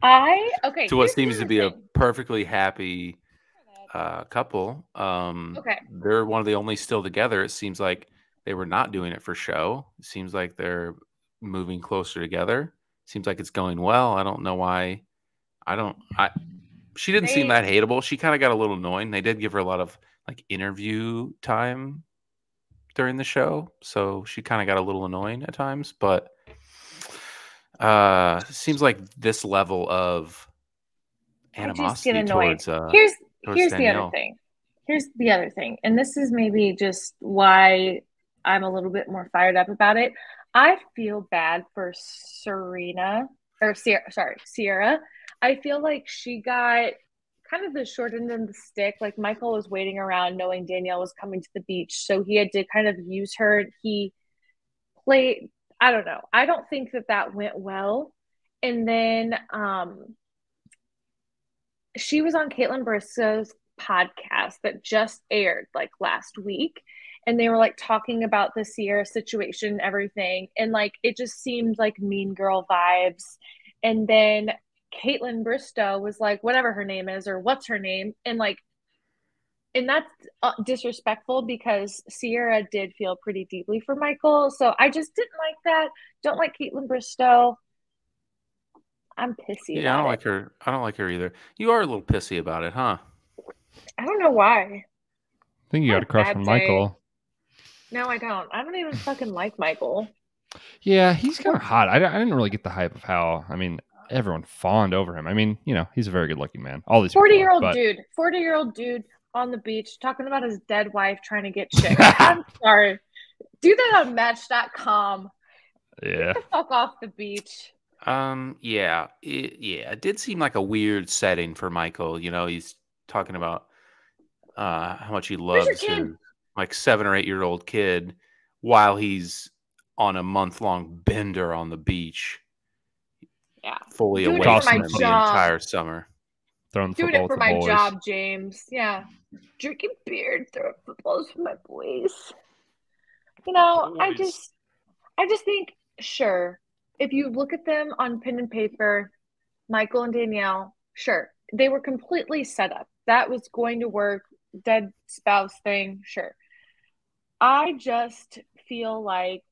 B: I, okay.
C: to what
B: here's the
C: seems to
B: other
C: be a
B: thing.
C: perfectly happy uh, couple. Um,
B: Okay.
C: they're one of the only still together. It seems like they were not doing it for show. It seems like they're moving closer together. Seems like it's going well. I don't know why. I don't. I She didn't seem
B: They-
C: that hateable. She kind of got a little annoying. They did give her a lot of like interview time during the show, so she kind of got a little annoying at times. But uh, seems like this level of
B: I just get
C: animosity
B: annoyed.
C: towards uh,
B: here's
C: towards
B: here's the
C: Danielle.
B: other thing. Here's the other thing, and this is maybe just why I'm a little bit more fired up about it. I feel bad for Serena or Sierra. Sorry, Sierra. I feel like she got kind of the short end of the stick. Like Michael was waiting around, knowing Danielle was coming to the beach, so he had to kind of use her. He played. I don't know. I don't think that that went well. And then um, she was on Caitlin Briscoe's podcast that just aired like last week. And they were like talking about the Sierra situation, and everything. And like it just seemed like mean girl vibes. And then Caitlin Bristow was like, whatever her name is, or what's her name. And like, and that's uh, disrespectful because Sierra did feel pretty deeply for Michael. So I just didn't like that. Don't like Caitlin Bristow. I'm pissy.
C: Yeah,
B: about
C: I don't
B: it.
C: like her. I don't like her either. You are a little pissy about it, huh?
B: I don't know why.
A: I think you got
B: What
A: a
B: a
A: crush
B: bad
A: on
B: day.
A: Michael.
B: No, I don't. I don't even fucking like Michael.
A: Yeah, he's kind of hot. I, I didn't really get the hype of how. I mean, everyone fawned over him. I mean, you know, he's a very good-looking man. All these people are,
B: 40 year old
A: but-
B: dude. 40 year old dude on the beach talking about his dead wife trying to get chicks. I'm sorry. Do that on Match.com. [laughs]
A: Yeah,
B: The fuck off the beach.
C: Um, yeah, it, yeah, it did seem like a weird setting for Michael. You know, he's talking about uh how much he
B: Where's your
C: loves
B: kid?
C: his like seven or eight year old kid while he's on a month long bender on the beach,
B: Yeah.
C: fully
B: Doing
A: it
C: away
A: for
C: from
A: my
C: him the
B: job.
C: entire summer.
A: throwing the
B: Doing
A: football
B: it for
A: at the
B: my
A: boys.
B: job, James. Yeah. Drinking beer, throwing footballs for my boys. You know, I
C: Boys.
B: just I just think sure, if you look at them on pen and paper, Michael and Danielle, sure. They were completely set up. That was going to work. Dead spouse thing, sure. I just feel like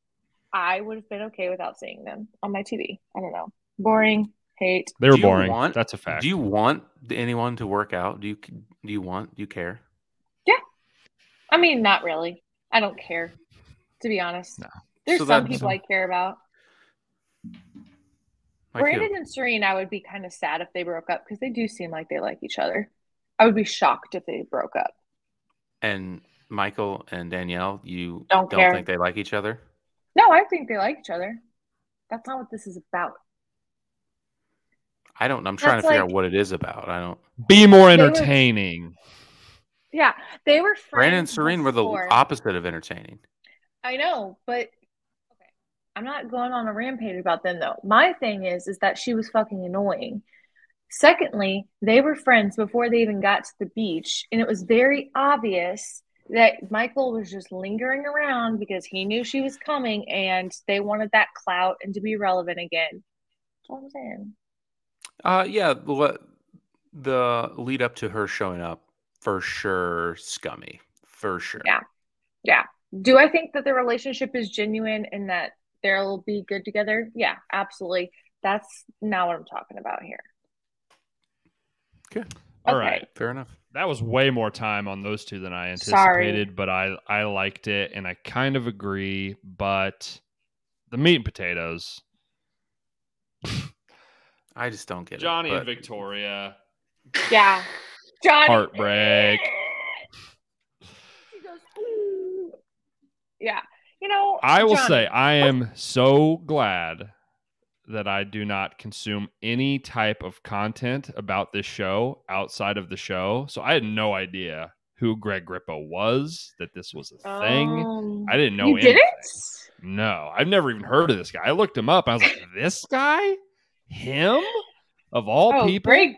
B: I would have been okay without seeing them on my TV. I don't know. Boring, hate.
A: They were
C: Do you
A: boring.
C: want-
A: That's a fact.
C: Do you want anyone to work out? Do you do you want? Do you care?
B: I mean, not really. I don't care, to be honest.
A: No.
B: There's
C: So
B: some
C: that's-
B: people I care about.
C: Like who?
B: Brandon and Serene, I would be kind of sad if they broke up because they do seem like they like each other. I would be shocked if they broke up.
C: and Michael and Danielle, you
B: Don't care.
C: think they like each other?
B: No, I think they like each other. That's not what this is about.
C: I don't. I'm trying
B: That's
C: to figure
B: like-
C: out what it is about. I don't.
A: Be more
B: They were-
A: entertaining.
B: Yeah, they were friends.
C: Brandon and Serene were the
B: before.
C: opposite of entertaining.
B: I know, but okay. I'm not going on a rampage about them though. My thing is is that she was fucking annoying. Secondly, they were friends before they even got to the beach, and it was very obvious that Michael was just lingering around because he knew she was coming and they wanted that clout and to be relevant again. That's what I'm saying.
C: Uh, yeah, the le- the lead up to her showing up for sure, scummy for sure.
B: Yeah. Do I think that the relationship is genuine and that they'll be good together? Yeah, absolutely. That's not what I'm talking about here.
A: All
B: Okay.
A: right,
C: fair enough.
A: that was way more time on those two than I
B: Sorry.
A: anticipated, but I I liked it and I kind of agree. But the meat and potatoes,
C: I just don't get
A: Johnny
C: it.
A: and
C: but-
A: Victoria,
B: Yeah. Johnny.
A: Heartbreak.
B: She goes, "Ooh." yeah. You know,
A: I will
B: Johnny,
A: say I am so glad that I do not consume any type of content about this show outside of the show. So I had no idea who Greg Grippo was, that this was a thing.
B: um,
A: I didn't know
B: You
A: anything.
B: did it?
A: No, I've never even heard of this guy. I looked him up and I was like, this guy? Him? Of all
B: oh,
A: people?
B: Greg,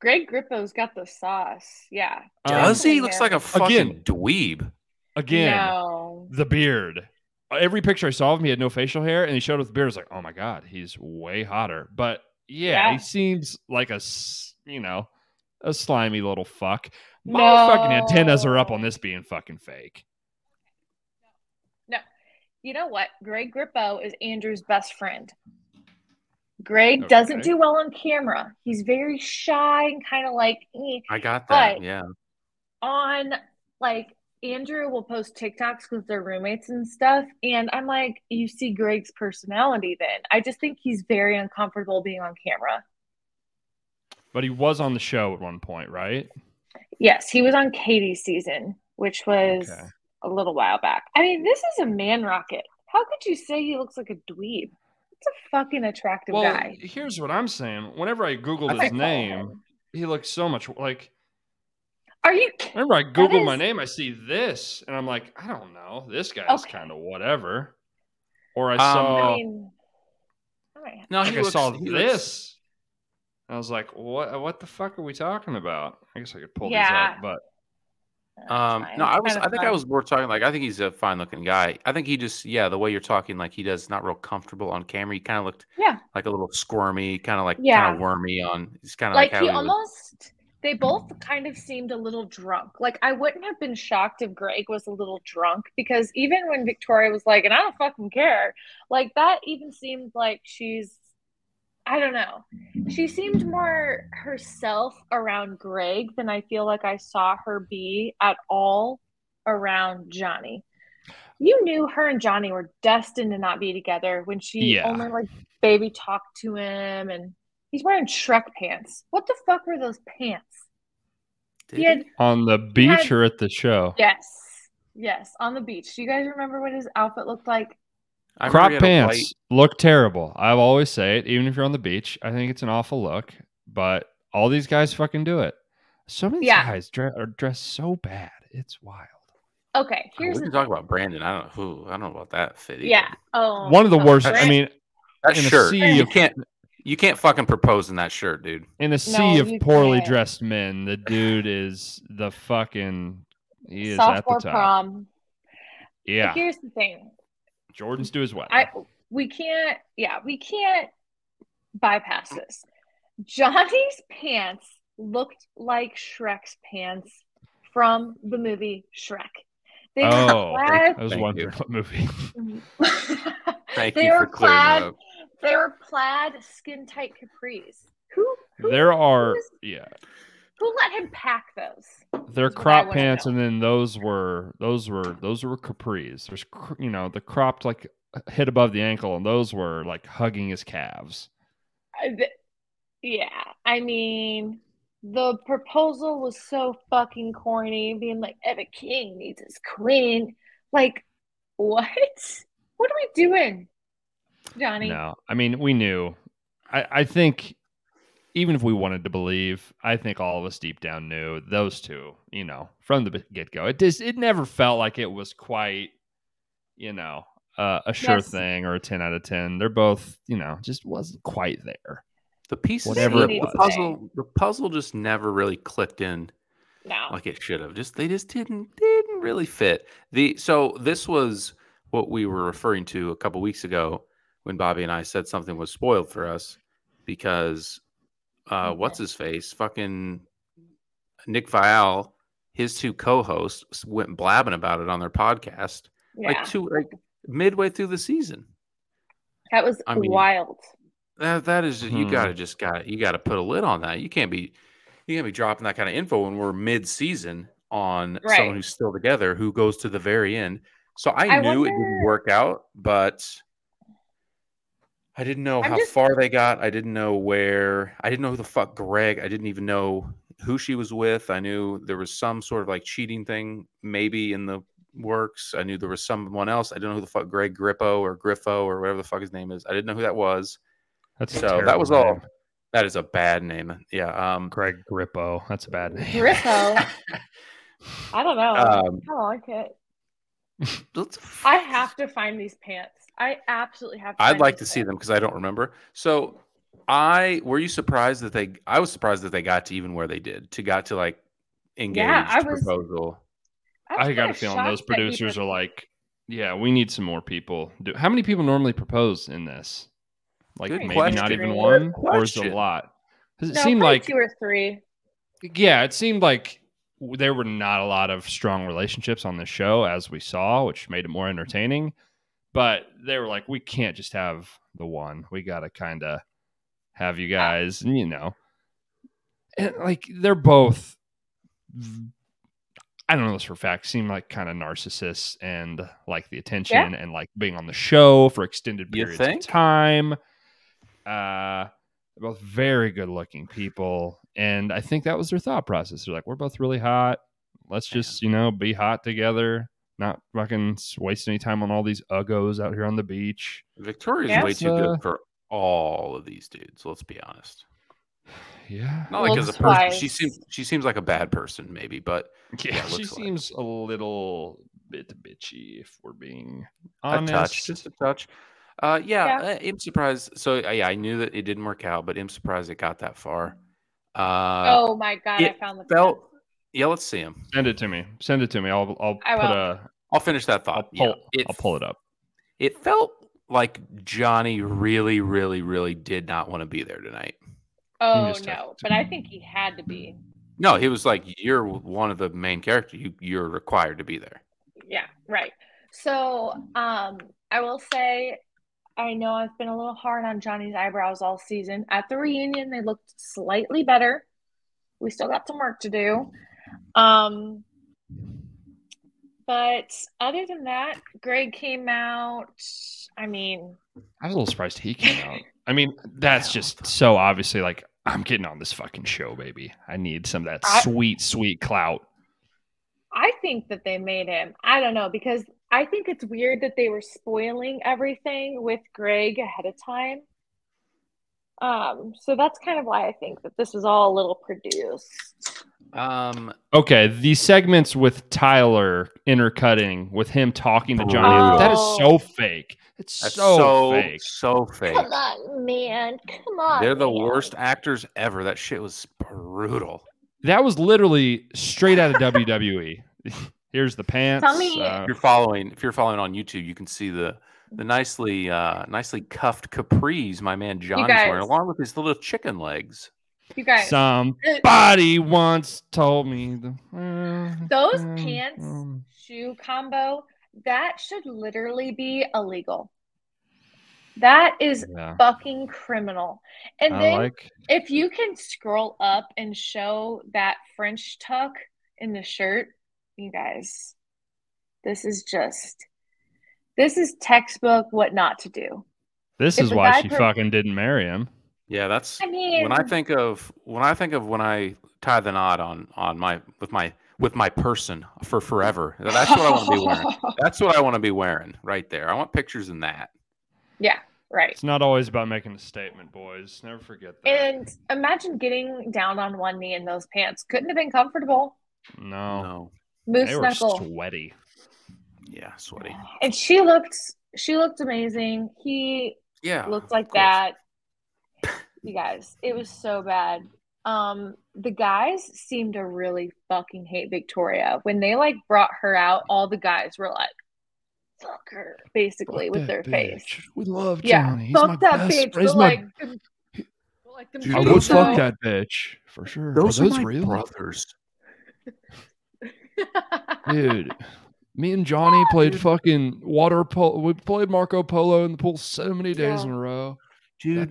B: Greg Grippo's got the sauce. Yeah.
A: Um,
C: Does he
B: Johnny
C: looks
B: and-
C: like a fucking
A: Again.
C: dweeb?
A: Again,
B: No.
A: the beard. Every picture I saw of him, he had no facial hair, and he showed up with the beard. I was like, oh my god, he's way hotter. But yeah,
B: Yeah.
A: he seems like a s- you know a slimy little fuck.
B: No.
A: My fucking antennas are up on this being fucking fake.
B: You know what? Greg Grippo is Andrew's best friend. Greg doesn't
A: Okay.
B: do well on camera. He's very shy and kind of like eh.
C: I got that.
B: But-
C: yeah.
B: on like Andrew will post TikToks because they're roommates and stuff. And I'm like, you see Greg's personality then. I just think he's very uncomfortable being on camera.
A: But he was on the show at one point, right?
B: Yes, he was on Katie's season, which was
A: Okay.
B: a little while back. I mean, this is a man rocket. How could you say he looks like a dweeb? It's a fucking attractive
A: Well,
B: guy.
A: here's what I'm saying. Whenever I googled
C: I
A: his
B: Fuck
A: name,
B: him.
A: he looks so much like.
B: Are you kidding?
A: Whenever I google my
B: is-
A: name, I see this, and I'm like, I don't know. This guy's
B: Okay.
A: kind of whatever. Or I
C: Um,
A: saw.
B: I mean, all right.
C: No,
A: like
C: he
A: I
C: looks,
A: saw
C: he
A: this.
C: looks-
A: I was like, "What? What the fuck are we talking about?" I guess I could pull
B: Yeah.
A: these up, but
B: That's
C: um,
B: fine.
C: no, I
B: It's
C: was.
B: kind
C: I
B: of
C: think I
B: fun.
C: was more talking like I think he's a fine looking guy. I think he just yeah the way you're talking like he does not real comfortable on camera. He kind of looked
B: Yeah.
C: like a little squirmy, kind of like
B: Yeah.
C: kind of wormy on. He's kind of like,
B: like he
C: how he was-
B: almost they both kind of seemed a little drunk like i wouldn't have been shocked if greg was a little drunk because even when victoria was like and i don't fucking care like that even seemed like she's i don't know she seemed more herself around greg than i feel like i saw her be at all around johnny you knew her and johnny were destined to not be together when she
A: Yeah.
B: only like baby talked to him and He's wearing Shrek pants. What the fuck were those pants?
C: Did
B: He had
A: on the beach
B: had-
A: or at the show,
B: yes, yes, on the beach. Do you guys remember what his outfit looked like?
C: I remember
A: crop
C: he had a
A: pants
C: white-
A: look terrible. I will always say it, even if you're on the beach. I think it's an awful look, but all these guys fucking do it. So many
B: Yeah.
A: guys dre- are dressed so bad. It's wild.
B: Okay,
C: Oh,
B: here's
C: we
B: the
C: can talk about Brandon. I don't know who. I don't know about that fit. either.
B: yeah. Oh,
A: One of the
B: oh,
A: worst.
B: Greg-
A: I mean,
C: that
A: In a
C: shirt.
A: sea
C: You
A: of-
C: can't. You can't fucking propose in that shirt, dude.
A: in a sea of
B: you
A: poorly
B: can't.
A: dressed men, the dude is the fucking. He is at
B: sophomore
A: the top.
B: prom. But
A: Yeah,
B: Here's the thing.
A: Jordan's do his well.
B: I we can't. Yeah, we can't bypass this. Johnny's pants looked like Shrek's pants from the movie Shrek. They were
A: Oh,
B: plaid-
A: I was
C: Thank
A: wondering
C: you.
A: what
B: [laughs]
A: movie. [laughs]
C: Thank
B: they
C: you
B: were
C: for clearing that
B: plaid.
C: up.
B: [laughs] They were plaid, skin tight capris. Who, who
A: There are
B: is-
A: yeah,
B: who let him pack those?
A: they're
B: That's what I
A: crop
B: wanna
A: pants,
B: know.
A: and then those were those were those were capris. There's cr- you know the cropped like hit above the ankle, and those were like hugging his calves.
B: I- Uh, th- Yeah, I mean, the proposal was so fucking corny. Being like, "If a king needs his queen," like, what? [laughs] What are we doing, Johnny?
A: No, I mean we knew. I I think even if we wanted to believe, I think all of us deep down knew those two. You know, from the get go, it just it never felt like it was quite, you know, uh, a sure
B: Yes.
A: thing or a ten out of ten. They're both you know just wasn't quite there.
C: The pieces,
A: Whatever
C: the,
A: it
C: the
A: was.
C: puzzle, the puzzle just never really clicked in
B: No.
C: like it should have. Just they just didn't didn't really fit. The so this was what we were referring to a couple weeks ago when Bobby and I said something was spoiled for us because uh what's his face? Fucking Nick Vial, his two co-hosts went blabbing about it on their podcast
B: yeah,
C: like two like midway through the season.
B: that was
C: I mean-
B: wild.
C: That that is you
A: Hmm.
C: gotta just got you gotta put a lid on that. You can't be you can't be dropping that kind of info when we're mid season on
B: Right.
C: someone who's still together who goes to the very end. So I,
B: I
C: knew it didn't
B: wonder-
C: work out, but I didn't know
B: I'm
C: how
B: just-
C: far they got. I didn't know where. I didn't know who the fuck Greg. I didn't even know who she was with. I knew there was some sort of like cheating thing maybe in the works. I knew there was someone else. I didn't know who the fuck Greg Grippo or Griffo or whatever the fuck his name is. I didn't know who that was.
A: That's a
C: So that was
A: terrible
C: all.
A: name.
C: That is a bad name. Yeah. Um,
A: Greg Grippo. That's a bad name.
C: [laughs]
B: Griffo. I don't know.
C: um,
B: I like it.
C: let's-
B: Oh. I have to find these pants. I absolutely have. To
C: I'd
B: find
C: like to
B: these
C: see
B: pants.
C: them because I don't remember. So I were you surprised that they? I was surprised that they got to even where they did to got to like engage
B: I was-
C: proposal.
B: was
A: I got
B: kinda
A: a feeling those
B: shocked that you
A: producers
B: put-
A: are like, yeah, we need some more people. Do, how many people normally propose in this? Like
C: Good
A: maybe not
C: question.
A: even
B: Good
A: one, or is it a
C: question.
A: lot? Because it
B: No,
A: seemed
B: probably
A: like,
B: two or three.
A: yeah, it seemed like w- there were not a lot of strong relationships on the show, as we saw, which made it more entertaining. But they were like, we can't just have the one. We got to kind of have
C: Ah.
A: you guys, and you know, and like they're both. I don't know this for a fact. Seem like kind of narcissists and like the attention and like being on the show for extended
C: You
A: periods of
C: think?
A: time. Uh, they're both very good looking people, and I think that was their thought process. They're like, we're both really hot. Let's just you know be hot together. Not fucking s- waste any time on all these uggos out here on the beach.
C: Victoria's
B: Yeah.
C: way too
A: Uh,
C: good for all of these dudes. Let's be honest.
A: Yeah,
C: Not
B: Well,
C: like as a
B: that's
C: [laughs] person,
B: why-
C: she seems she seems like a bad person, maybe, but
A: Yeah,
C: it
A: she
C: looks like.
A: seems a little bit bitchy if we're being
C: a
A: honest.
C: touch, just a touch. Uh, yeah,
B: Yeah.
C: Uh, I'm surprised. So uh, yeah, I knew that it didn't work out, but I'm surprised it got that far. Uh,
B: oh my god, I
C: it
B: found the
C: felt. Yeah, let's see him.
A: Send it to me. Send it to me. I'll I'll
B: I
A: put
B: will.
A: a
C: I'll finish that
A: I'll
C: thought.
A: pull
C: Uh, yeah,
A: I'll pull it up.
C: It felt like Johnny really, really, really did not want to be there tonight.
B: Oh
A: just have
B: no,
A: to-
B: but I think he had to be.
C: No, he was like, "You're one of the main characters. You, you're required to be there."
B: Yeah, right. So, um, I will say, I know I've been a little hard on Johnny's eyebrows all season. At the reunion, they looked slightly better. We still got some work to do. Um, but other than that, Greg came out. I mean,
A: I was a little surprised he came out. I
C: [laughs]
A: mean, that's just so obviously like I'm getting on this fucking show, baby. I need some of that
B: I-
A: sweet, sweet clout.
B: I think that they made him. I don't know because I think it's weird that they were spoiling everything with Greg ahead of time. Um, so that's kind of why I think that this was all a little produced.
C: Um,
A: Okay, the segments with Tyler intercutting with him talking to Johnny.
C: Brutal. Oh.
A: That is so fake. It's
C: that's
A: so,
C: so so
A: fake.
C: fake.
B: Come on, man. Come on.
C: They're the
B: man.
C: worst actors ever. That shit was brutal.
A: That was literally straight out of WWE. [laughs] Here's the pants.
B: me-
A: uh,
C: If you're following, if you're following on YouTube, you can see the the nicely uh, nicely cuffed capris my man Johnny's wearing,
B: guys-
C: along with his little chicken legs.
B: You guys,
A: Somebody once told me the, [laughs]
B: those
A: Mm,
B: pants
A: mm.
B: shoe combo, that should literally be illegal. That is
A: Yeah,
B: fucking criminal. And
A: I
B: then
A: like.
B: If you can scroll up and show that French tuck in the shirt, you guys, this is just, this is textbook what not to do.
A: This
B: if
A: is
B: a
A: why
B: guy
A: she
B: per-
A: fucking didn't marry him.
C: Yeah, that's
B: I mean,
C: when I think of when I think of when I tie the knot on on my with my with my person for forever. That's what I want to be
B: [laughs]
C: wearing. That's what I want to be wearing right there. I want pictures in that.
B: Right.
A: It's not always about making a statement, boys. Never forget that.
B: And imagine getting down on one knee in those pants. Couldn't have been comfortable.
A: no,
C: No.
B: Moose
A: they were
B: knuckle.
A: sweaty.
C: Yeah, sweaty.
B: And she looked, she looked amazing. He
C: Yeah.
B: looked
C: Oh, of
B: like
C: course.
B: that. You guys, it was so bad. Um, the guys seemed to really fucking hate Victoria. When they like brought her out, all the guys were like, fuck her, basically, with their face.
A: We love
B: Yeah, fuck that bitch. But like, them- but, like them
C: Dude,
A: I
C: I
B: dudes,
A: would
B: though-
C: would
A: fuck that bitch for sure.
C: Those,
A: are those
C: are my
A: real,
C: brothers.
A: [laughs] dude. Me and Johnny played fucking water polo. We played Marco Polo in the pool so many days
B: Yeah.
A: in a row.
C: Dude,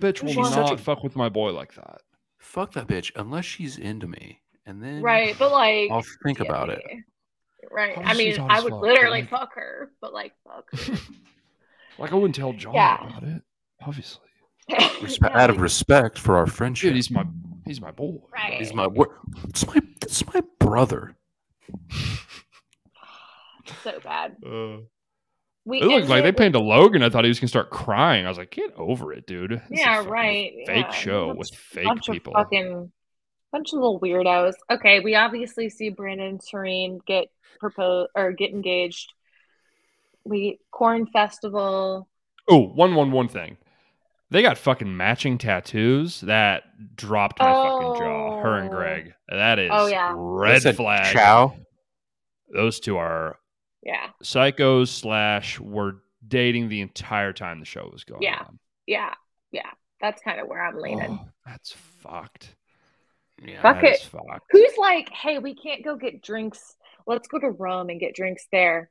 A: that bitch will
C: she's
B: was
A: not
C: such a
A: fuck with my boy like that.
C: fuck that bitch unless she's into me, and then
B: Right, but like,
C: I'll think about it.
B: Right.
A: Oh,
B: I
A: she's
B: mean,
A: hot
B: I
A: as
B: would
A: fuck,
B: literally
A: dude.
B: fuck her, but like, fuck
C: [laughs]
B: her. [laughs]
A: Like I wouldn't tell John
B: Yeah.
A: about it, obviously.
C: Respe-
B: Yeah,
C: out of
B: like,
C: respect for our
A: Dude,
C: friendship.
A: he's my he's my boy.
B: Right.
C: He's my wor- it's my it's my brother.
B: so bad.
A: Uh,
B: We
A: it looked like they
B: ended-
A: painted Logan. I thought he was gonna start crying. I was like, get over it, dude. This is a
B: Yeah,
A: fucking
B: right.
A: Fake
B: yeah.
A: show
B: That's
A: with fake
B: bunch
A: people.
B: of fucking bunch of little weirdos. Okay, we obviously see Brandon and Serene get proposed or get engaged. We corn festival.
A: Oh, one one one thing. They got fucking matching tattoos that dropped my fucking jaw. Her and
B: Oh.
A: Greg. That is
B: Oh, yeah.
A: red
C: They said
A: flag.
C: Chow.
A: Those two are
B: Yeah,
A: psychos slash were dating the entire time the show was going
B: Yeah.
A: on.
B: yeah, yeah. That's kind of where I'm leaning.
A: Oh, that's fucked.
C: Yeah.
B: Fuck
A: That
B: it.
A: is fucked.
B: Who's like, hey, we can't go get drinks. Let's go to Rome and get drinks there.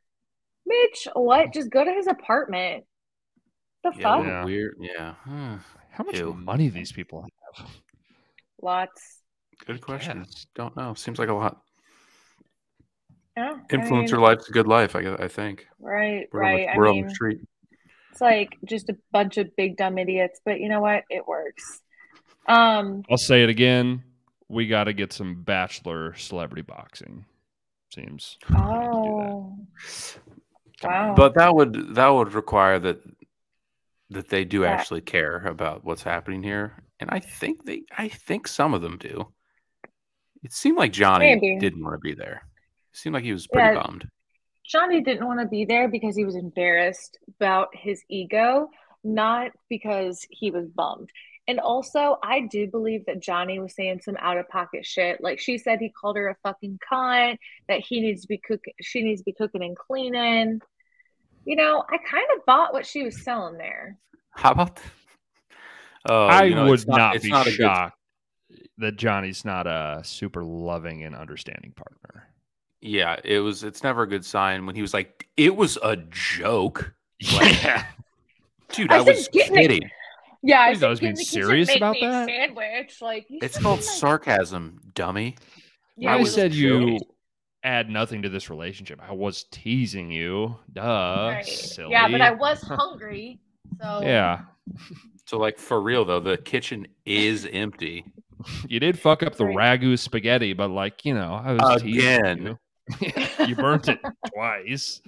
B: Mitch, what? Just go to his apartment. The
C: Yeah,
B: fuck?
C: what a
A: Yeah.
C: Weird. Yeah. Hmm.
A: How much
C: Ew.
A: money these people have?
B: Lots.
C: Good question.
A: Yes.
C: Don't know. Seems like a lot.
B: Yeah. I
C: Influencer
B: mean,
C: life's a good life, I, gu- I think.
B: Right,
C: We're,
B: right.
C: on,
B: I
C: the, we're on
B: mean,
C: the street.
B: it's like just a bunch of big dumb idiots, but you know what? It works. Um,
A: I'll say it again. We got to get some bachelor celebrity boxing. Seems. we need to do that.
B: oh, wow.
C: But that would that would require that that they do
B: Yeah.
C: actually care about what's happening here, and I think they I think some of them do. It seemed like Johnny
B: Maybe.
C: didn't want to be there. It seemed like he was pretty
B: Yeah.
C: bummed.
B: Johnny didn't want to be there because he was embarrassed about his ego, not because he was bummed. And also, I do believe that Johnny was saying some out of pocket shit. Like she said, he called her a fucking cunt. That he needs to be cooking. She needs to be cooking and cleaning. You know, I kind of bought what she was selling there.
C: How about? [laughs] Oh,
A: I
C: you know, it's
A: would not,
C: it's
A: be
C: a good-
A: shocked that Johnny's not a super loving and understanding
C: [laughs]
A: partner.
C: yeah, it was. It's never a good sign when he was like, "It was a joke,
A: Yeah.
C: dude.
B: I
C: I, was
B: said, "Get in the-
C: kidding."
B: Yeah,
A: Please, I was
B: said,
A: being
B: "Get in the kitchen,
A: serious
B: make
A: about
B: me a
A: that.
B: Sandwich, like you
C: It's
B: should
C: called
B: be like-
C: sarcasm, dummy.
B: Yeah,
A: I
B: it was
A: said
B: a
A: you
B: joke.
A: add nothing to this relationship. I was teasing you. Duh.
B: Right.
A: Silly.
B: Yeah, but I
A: [laughs]
B: was hungry, so
A: Yeah.
C: So, like for real though, the kitchen is empty.
A: You did fuck up the
B: Right.
A: ragu spaghetti, but like, you know, I was teasing
C: Again.
A: you. you burnt it twice.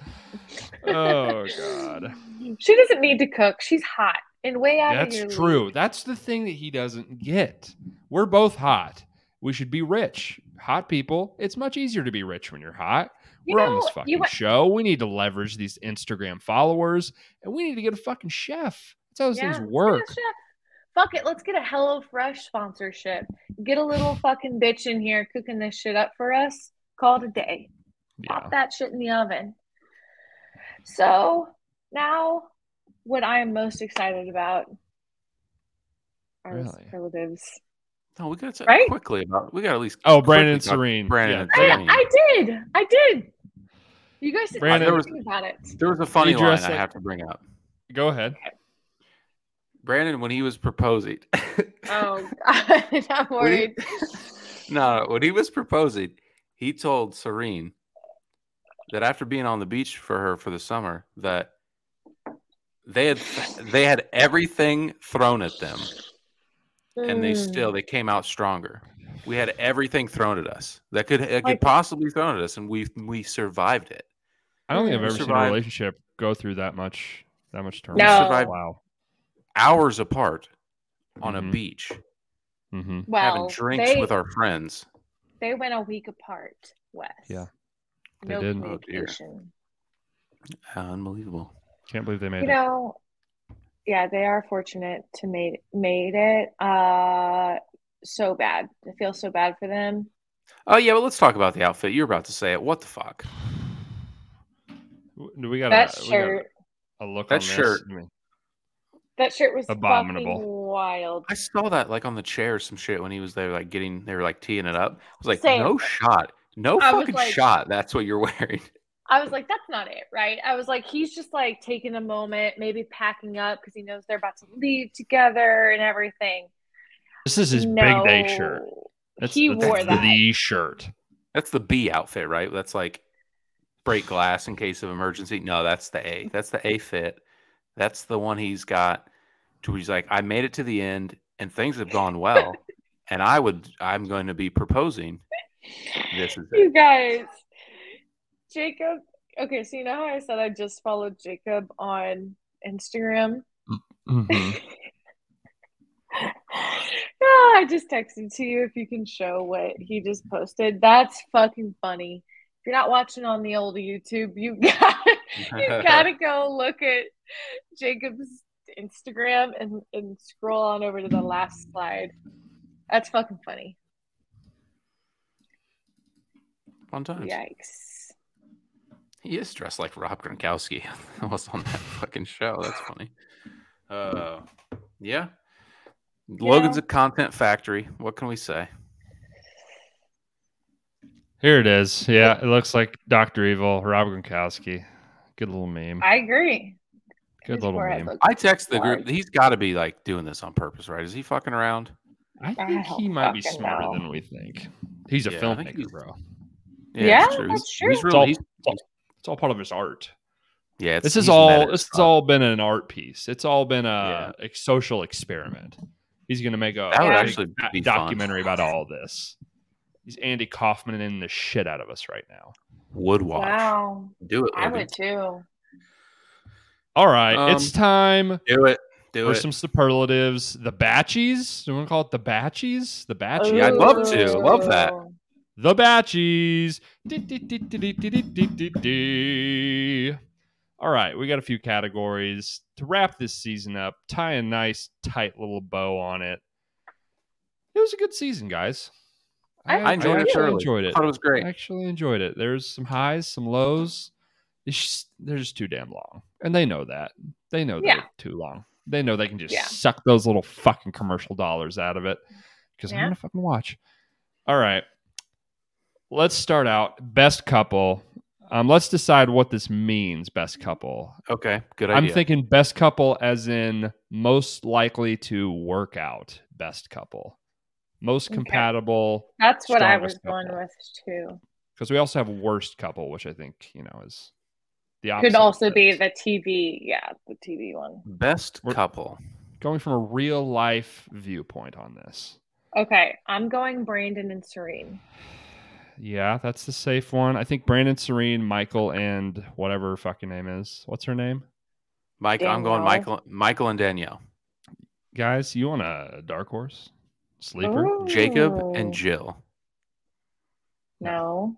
A: Oh god.
B: [laughs] She doesn't need to cook. She's hot and way out of
A: That's
B: your
A: true.
B: league.
A: That's the thing that he doesn't get. We're both hot. We should be rich. Hot people, it's much easier to be rich when you're hot.
B: You
A: We're
B: know,
A: on this fucking
B: you,
A: show. We need to leverage these Instagram followers and we need to get a fucking chef. That's how those
B: yeah, let's
A: things
B: get a
A: work.
B: chef. Fuck it. Let's get a HelloFresh sponsorship. Get a little fucking bitch in here cooking this shit up for us. Call it a day.
A: Yeah.
B: Pop that shit in the oven. So now, what I am most excited about are his
A: Really?
B: relatives.
C: No, we got to talk
B: Right?
C: quickly about. We got to at least.
A: Oh, Brandon and
C: quickly talk-
A: Serene.
C: Brandon and
A: Yeah.
B: I,
C: Serene.
B: I did. I did. You guys didn't
A: Brandon-
B: say anything about it.
C: There was a funny
A: He
C: line
A: dressed
C: I
A: like-
C: have to bring up.
A: Go ahead.
C: Brandon, when he was proposing, [laughs]
B: Oh, [laughs] God. I'm worried.
C: no, when he was proposing, he told Serene that after being on the beach for her for the summer, that they had they had everything thrown at them, and they
B: Mm.
C: still they came out stronger. We had everything thrown at us that could that
B: Like-
C: could possibly thrown at us, and we we survived it.
A: I don't think I've
B: Mm.
A: ever seen a
C: Survived.
A: relationship go through that much that much turmoil.
B: No.
C: Survived.
A: Wow.
C: Hours apart on
A: Mhm.
C: a beach,
A: Mm-hmm.
B: well,
C: having drinks
B: they,
C: with our friends.
B: they went a week apart, Wes.
A: Yeah, they
B: no
A: did.
C: Oh, dear.
B: communication.
C: Unbelievable.
A: Can't believe they made
B: you
A: it.
B: know, yeah, they are fortunate to made made it. Uh, so bad. I feel so bad for them.
C: Oh yeah, but let's talk about the outfit. You're about to say it. What the fuck?
A: W- Do [sighs] we got
B: that
A: a, we got
B: shirt.
A: a look
C: That
A: on this?
C: shirt.
A: I mean,
B: That shirt was
A: Abominable.
B: fucking wild.
C: I saw that like on the chair, some shit when he was there, like getting they were like teeing it up. I was like,
B: Same.
C: no shot, no
B: I was
C: fucking
B: like-
C: shot. That's what you're [laughs] wearing.
B: I was like, that's not it, right? I was like, he's just like taking a moment, maybe packing up because he knows they're about to leave together and everything.
A: This is his big day shirt.
B: No.
A: That's,
B: he
A: that's
B: wore that.
A: the shirt.
C: That's the B outfit, right? That's like break glass in case of emergency. No, that's the A. That's the A fit. That's the one he's got. To where he's like, I made it to the end, and things have
B: [laughs]
C: gone well, and I would, I'm going to be proposing. This is
B: You
C: it.
B: guys, Jacob. Okay, so you know how I said I just followed Jacob on Instagram?
A: Mm-hmm.
C: Mm-hmm.
B: [laughs] Ah, I just texted to you if you can show what he just posted. That's fucking funny. If you're not watching on the old YouTube, you [laughs] got [laughs] you gotta go look at Jacob's Instagram and, and scroll on over to the last slide. That's fucking funny.
C: [laughs] Fun times.
B: Yikes.
C: He is dressed like Rob Gronkowski. [laughs] I was on that fucking show. That's funny. Uh, yeah. Logan's a content factory. What can we say?
A: Here it is. Yeah, it looks like Doctor Evil, Rob Gronkowski. Good little meme.
B: I agree.
A: Good little
B: Before I
A: name.
B: look-
C: I text the group.
B: Right.
C: He's got to be like doing this on purpose, right? Is he fucking around?
A: I
B: I
A: think
B: don't
A: he might be
B: fucking
A: smarter
B: know.
A: than we think. He's a
C: Yeah, I think
A: filmmaker,
C: he's-
A: bro.
B: Yeah,
C: it's true.
B: that's
C: He's-
B: true.
C: He's
A: It's
B: It's
C: really,
A: all,
C: he's-
A: it's all, it's all part of his art.
C: yeah, it's-
A: This is
C: he's meta
A: all.
C: as
A: This has
C: fuck.
A: all been an art piece. It's all been a, ex- social experiment. He's gonna make a
C: That
B: would
A: big
C: actually
A: do-
C: be fun.
A: documentary about all this. He's Andy Kaufman in the shit out of us right now.
C: would watch.
B: Wow.
C: Do it.
B: I
C: Logan.
B: would too.
A: All right,
C: Um,
A: it's time
C: Do it. Do
A: for
C: it.
A: some superlatives. The Batchies. Do you want to call it the Batchies? The Batchies.
C: I'd love to. Love that.
B: Ooh.
A: The Batchies. Di-di-di-di-di-di-di-di. All right, we got a few categories to wrap this season up. Tie a nice, tight little bow on it. It was a good season, guys.
B: I-
C: I enjoyed it
A: actually
C: thoroughly.
A: Enjoyed it.
C: Thought it was great.
A: I actually enjoyed it. There's some highs, some lows. It's just, they're just too damn long, and they know that. They know
B: Yeah.
A: they're too long. They know they can just
B: Yeah.
A: suck those little fucking commercial dollars out of it because I'm
B: Yeah.
A: gonna fucking watch. All right, let's start out best couple. Um, let's decide what this means.
B: Mm-hmm.
A: Best couple.
C: Okay, good idea.
A: I'm thinking best couple as in most likely to work out. Best couple, most
B: Okay.
A: compatible
B: That's what I was
A: Strongest
B: going
A: couple.
B: with too.
A: because we also have worst couple, which I think you know is the opposite.
B: Could
A: of
B: also be
A: this.
B: the TV. Yeah, the TV one.
C: Best
A: We're-
C: couple.
A: going from a real life viewpoint on this. [sighs]
B: Okay, I'm going Brandon and Serene.
A: Yeah, that's the safe one. I think Brandon Serene, Michael, and whatever her fucking name is. What's her name?
C: Mike, I'm going
B: Danielle.
C: Michael. Michael and Danielle.
A: Guys, you want a dark horse sleeper?
B: Oh.
C: Jacob
B: Ooh.
C: and Jill.
B: No.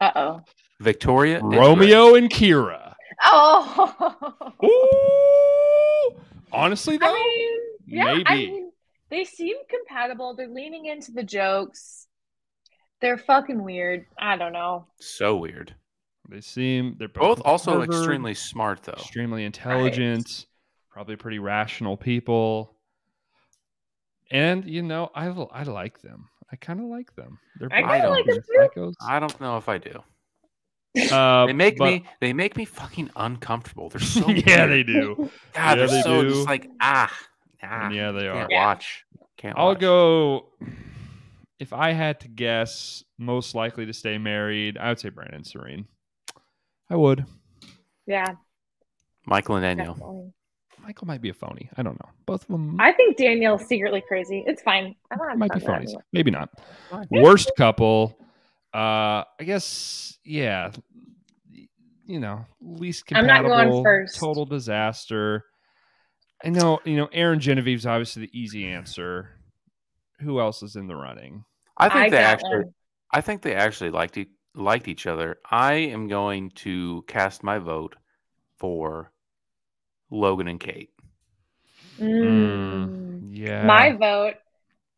B: Uh oh.
C: Victoria. and
A: Romeo and Kira.
B: Oh.
A: Ooh, honestly though,
B: [laughs] I mean, yeah, I
A: Maybe.
B: mean, they seem compatible. They're leaning into the jokes. They're fucking weird. I don't know.
C: Rich. So weird.
A: they seem they're
C: Both
A: both
C: also
A: Harvard,
C: extremely smart though.
A: extremely intelligent, probably pretty rational people. And you know, I l- I like them. I kind of like them. They're
B: I
A: both
C: kinda like
A: fucking psychos.
B: them
C: I don't know if I do.
A: Uh,
C: They make
A: but- [laughs]
C: me. They make me fucking uncomfortable. They're so.
A: yeah, they
C: weird.
A: do.
C: God,
A: Yeah,
C: they're
A: they
C: so
A: do.
C: just like ah, [laughs] ah.
A: And yeah, they are.
C: Can't
B: Yeah.
C: watch. Can't.
A: I'll
C: watch.
A: go. If I had to guess, most likely to stay married, I would say Brandon Serene. I would.
B: Yeah,
C: Michael and Danielle.
B: definitely.
A: Michael might be a phony. I don't know. Both of them
B: I think Danielle's secretly crazy. It's fine. I don't have
A: might be
B: fun with
A: phonies.
B: that
A: Maybe not.
C: Fine.
A: Worst couple. Uh, I guess. Yeah. You know, least
B: I'm not
A: compatible.
B: going first.
A: Total disaster. I know. You know, Aaron Genevieve's obviously the easy answer. Who else is in the running?
C: I think they
B: got
C: actually.
B: one.
C: I think they actually liked e- liked each other. I am going to cast my vote for Logan and Kate. Hmm.
A: Mm. Yeah.
B: My
C: Uh,
B: vote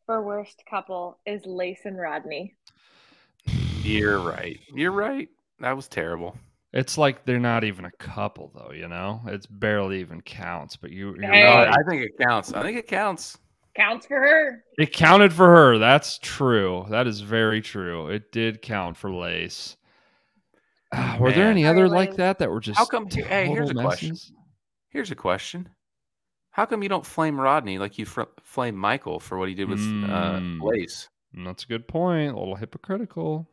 B: for worst couple is Lace and Rodney.
C: You're right. You're right. That was terrible.
A: It's like they're not even a couple, though. You know, it's barely even counts. But you, you're
B: Hey.
C: No,
A: right.
C: I think it counts. I think it counts.
B: Counts for her.
A: It counted for her. That's true. That is very true. It did count for Lace. Ah, were there
C: Man.
A: any other like
B: Lace.
A: that that were just
C: come- hey, here's
A: total
C: a question.
A: messes?
C: Here's a question. How come you don't flame Rodney like you fr- flame Michael for what he did with
A: Mm.
C: uh, Lace?
A: Mm, That's a good point. A little hypocritical.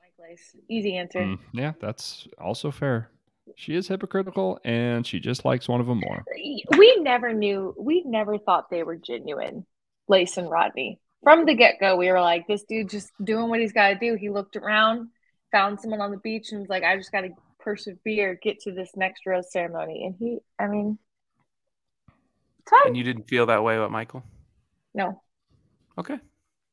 B: Like Lace. Easy answer.
C: Hmm.
A: Mm, yeah, that's also fair. She is hypocritical, and she just likes one of them more.
B: we never knew we never thought they were genuine lace and rodney from the get-go we were like this dude just doing what he's got to do he looked around found someone on the beach and was like i just got to persevere get to this next rose ceremony and he i mean it's fine.
C: And you didn't feel that way about Michael?
B: no
C: Okay.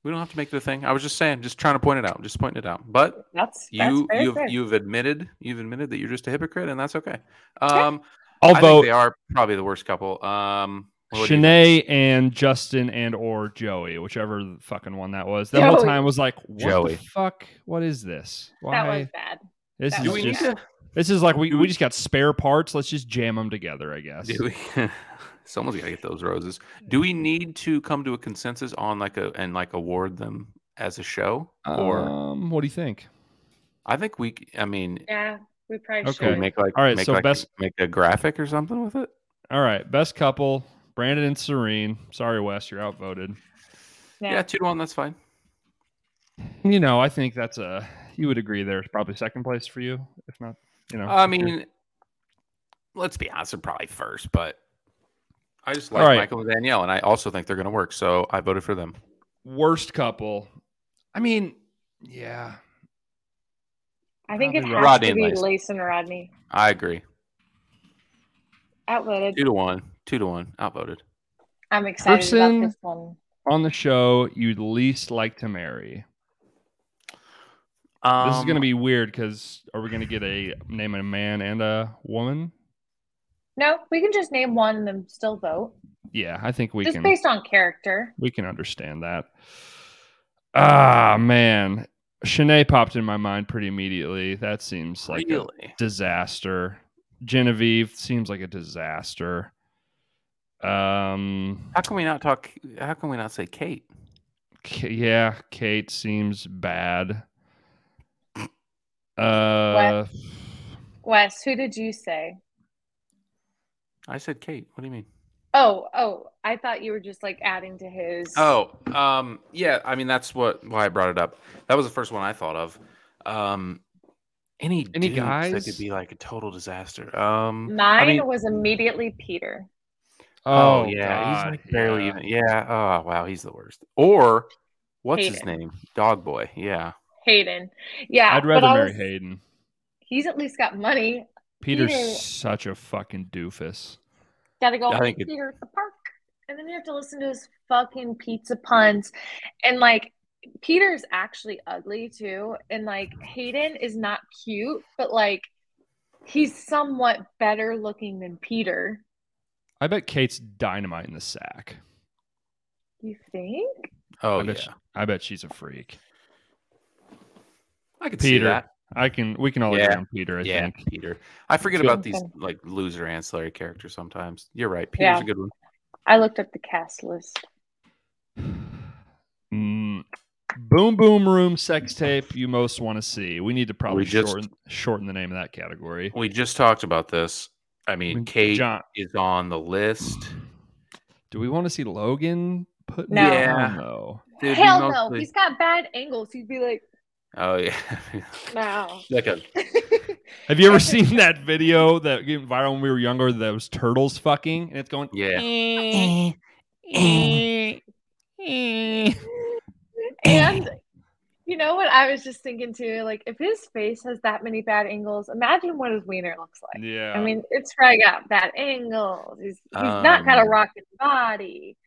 C: We don't have to make it a thing. I was just saying, just trying to point it out, just pointing it out. But
B: that's
C: you
B: that's very
C: you've
B: fair.
C: you've admitted you've admitted that you're just a hypocrite and that's okay um
A: I'll
C: I think
A: Oh, vote
C: they are probably the worst couple um what do you think?
A: Shanae and Justin and or Joey, whichever the fucking one that was. The whole
B: Joey.
A: time was like, what
C: Joey.
A: the fuck? What is this?
B: that
A: Why?
B: was bad
A: This
B: that
A: is
C: do we need
A: just
B: just-
C: to
A: This is like we,
C: Do
A: we
C: we-
A: just got spare parts. Let's just jam them together, I guess.
C: do we [laughs] someone's gotta get those roses do we need to come to a consensus on like a and like award them as a show or
A: Uh, um, what do you think?
C: i think we c- i mean
B: yeah We probably
A: Okay.
B: should.
C: Make like
A: All right,
C: make
A: so
C: like
A: best-
C: make a graphic or something with it.
A: All right, best couple, Brandon and Serene. Sorry, Wes, you're outvoted.
B: Yeah.
C: Yeah, two to one. That's fine.
A: You know, I think that's a you would agree there's probably second place for you, if not, you know.
C: I
A: if you're-
C: mean, let's be honest, they're probably first, but I just like
A: All right.
C: Michael and Danielle, and I also think they're going to work, so I voted for them.
A: worst couple. I mean, yeah.
B: I think it
A: Probably
B: has
A: Rodney.
B: to
C: Rodney
B: be
C: and Lace.
B: Lace and Rodney.
C: I agree.
B: Outvoted.
C: Two to one. Two to one. Outvoted.
B: I'm excited
A: Person-
B: about this one.
A: On the show you'd least like to marry.
C: Um,
A: this is going to be weird because are we going to get a name a man and a woman?
B: No, we can just name one and then still vote.
A: Yeah, I think we
B: just
A: can.
B: based on character.
A: we can understand that. Ah man, Shanae popped in my mind pretty immediately. That seems like a
C: Um, really.
A: disaster. Genevieve seems like a disaster. Um,
C: How can we not talk? How can we not say Kate?
A: K- yeah, Kate seems bad. Uh,
B: Wes, who did you say?
C: I said Kate. What do you mean?
B: Oh, oh, I thought you were just like adding to his.
C: Oh, um, yeah. I mean, that's what why I brought it up. That was the first one I thought of. Um, any
A: Any
C: dudes that
A: guys?
C: could be like a total disaster. Um,
B: Mine
C: I mean-
B: was immediately Peter.
A: oh,
C: yeah,
A: God,
C: he's like barely
A: yeah.
C: even. Yeah. Oh wow, he's the worst. Or what's his
B: Hayden.
C: name? Dog boy. Yeah.
B: Hayden. Yeah.
A: I'd
B: but
A: rather
B: I
A: marry
B: was-
A: Hayden.
B: He's at least got money.
A: Peter's
B: Peter-
A: such a fucking doofus.
B: Gotta go
C: I
B: with
C: think it-
B: Peter at the park. And then you have to listen to his fucking pizza puns. And like Peter's actually ugly too. And like Hayden is not cute, but like he's somewhat better looking than Peter.
A: I bet Kate's dynamite in the sack.
B: You think?
C: Oh
A: I bet,
C: yeah.
A: she- I bet she's a freak.
C: I could
A: Peter.
C: see that.
A: I can. We can all
C: Yeah.
A: agree on Peter. I
C: yeah,
A: think.
C: Peter. I forget
A: Good.
C: about these
B: Okay.
C: like loser ancillary characters sometimes. You're right. Peter's
B: Yeah.
C: a good one.
B: I looked up the cast list.
A: Mm, boom Boom Room sex tape you most want to see. We need to probably
C: We just-
A: shorten shorten the name of that category.
C: We just talked about this. I mean, Kate
A: John,
C: is on the list.
A: do we want to see Logan put?
B: No.
C: Yeah.
A: No.
C: There'd be
B: Hell no.
C: mostly-
B: He's got bad angles. He'd be like,
C: Oh yeah. [laughs]
B: no.
C: like a
A: Have you ever [laughs] seen that video that went viral when we were younger that was turtles fucking and it's going Eh,
C: yeah.
B: Eh. and you know what I was just thinking too? Like, if his face has that many bad angles, imagine what his wiener looks like.
A: Yeah.
B: I mean, it's probably got bad angles. He's, he's not got a
C: Um.
B: rocket body.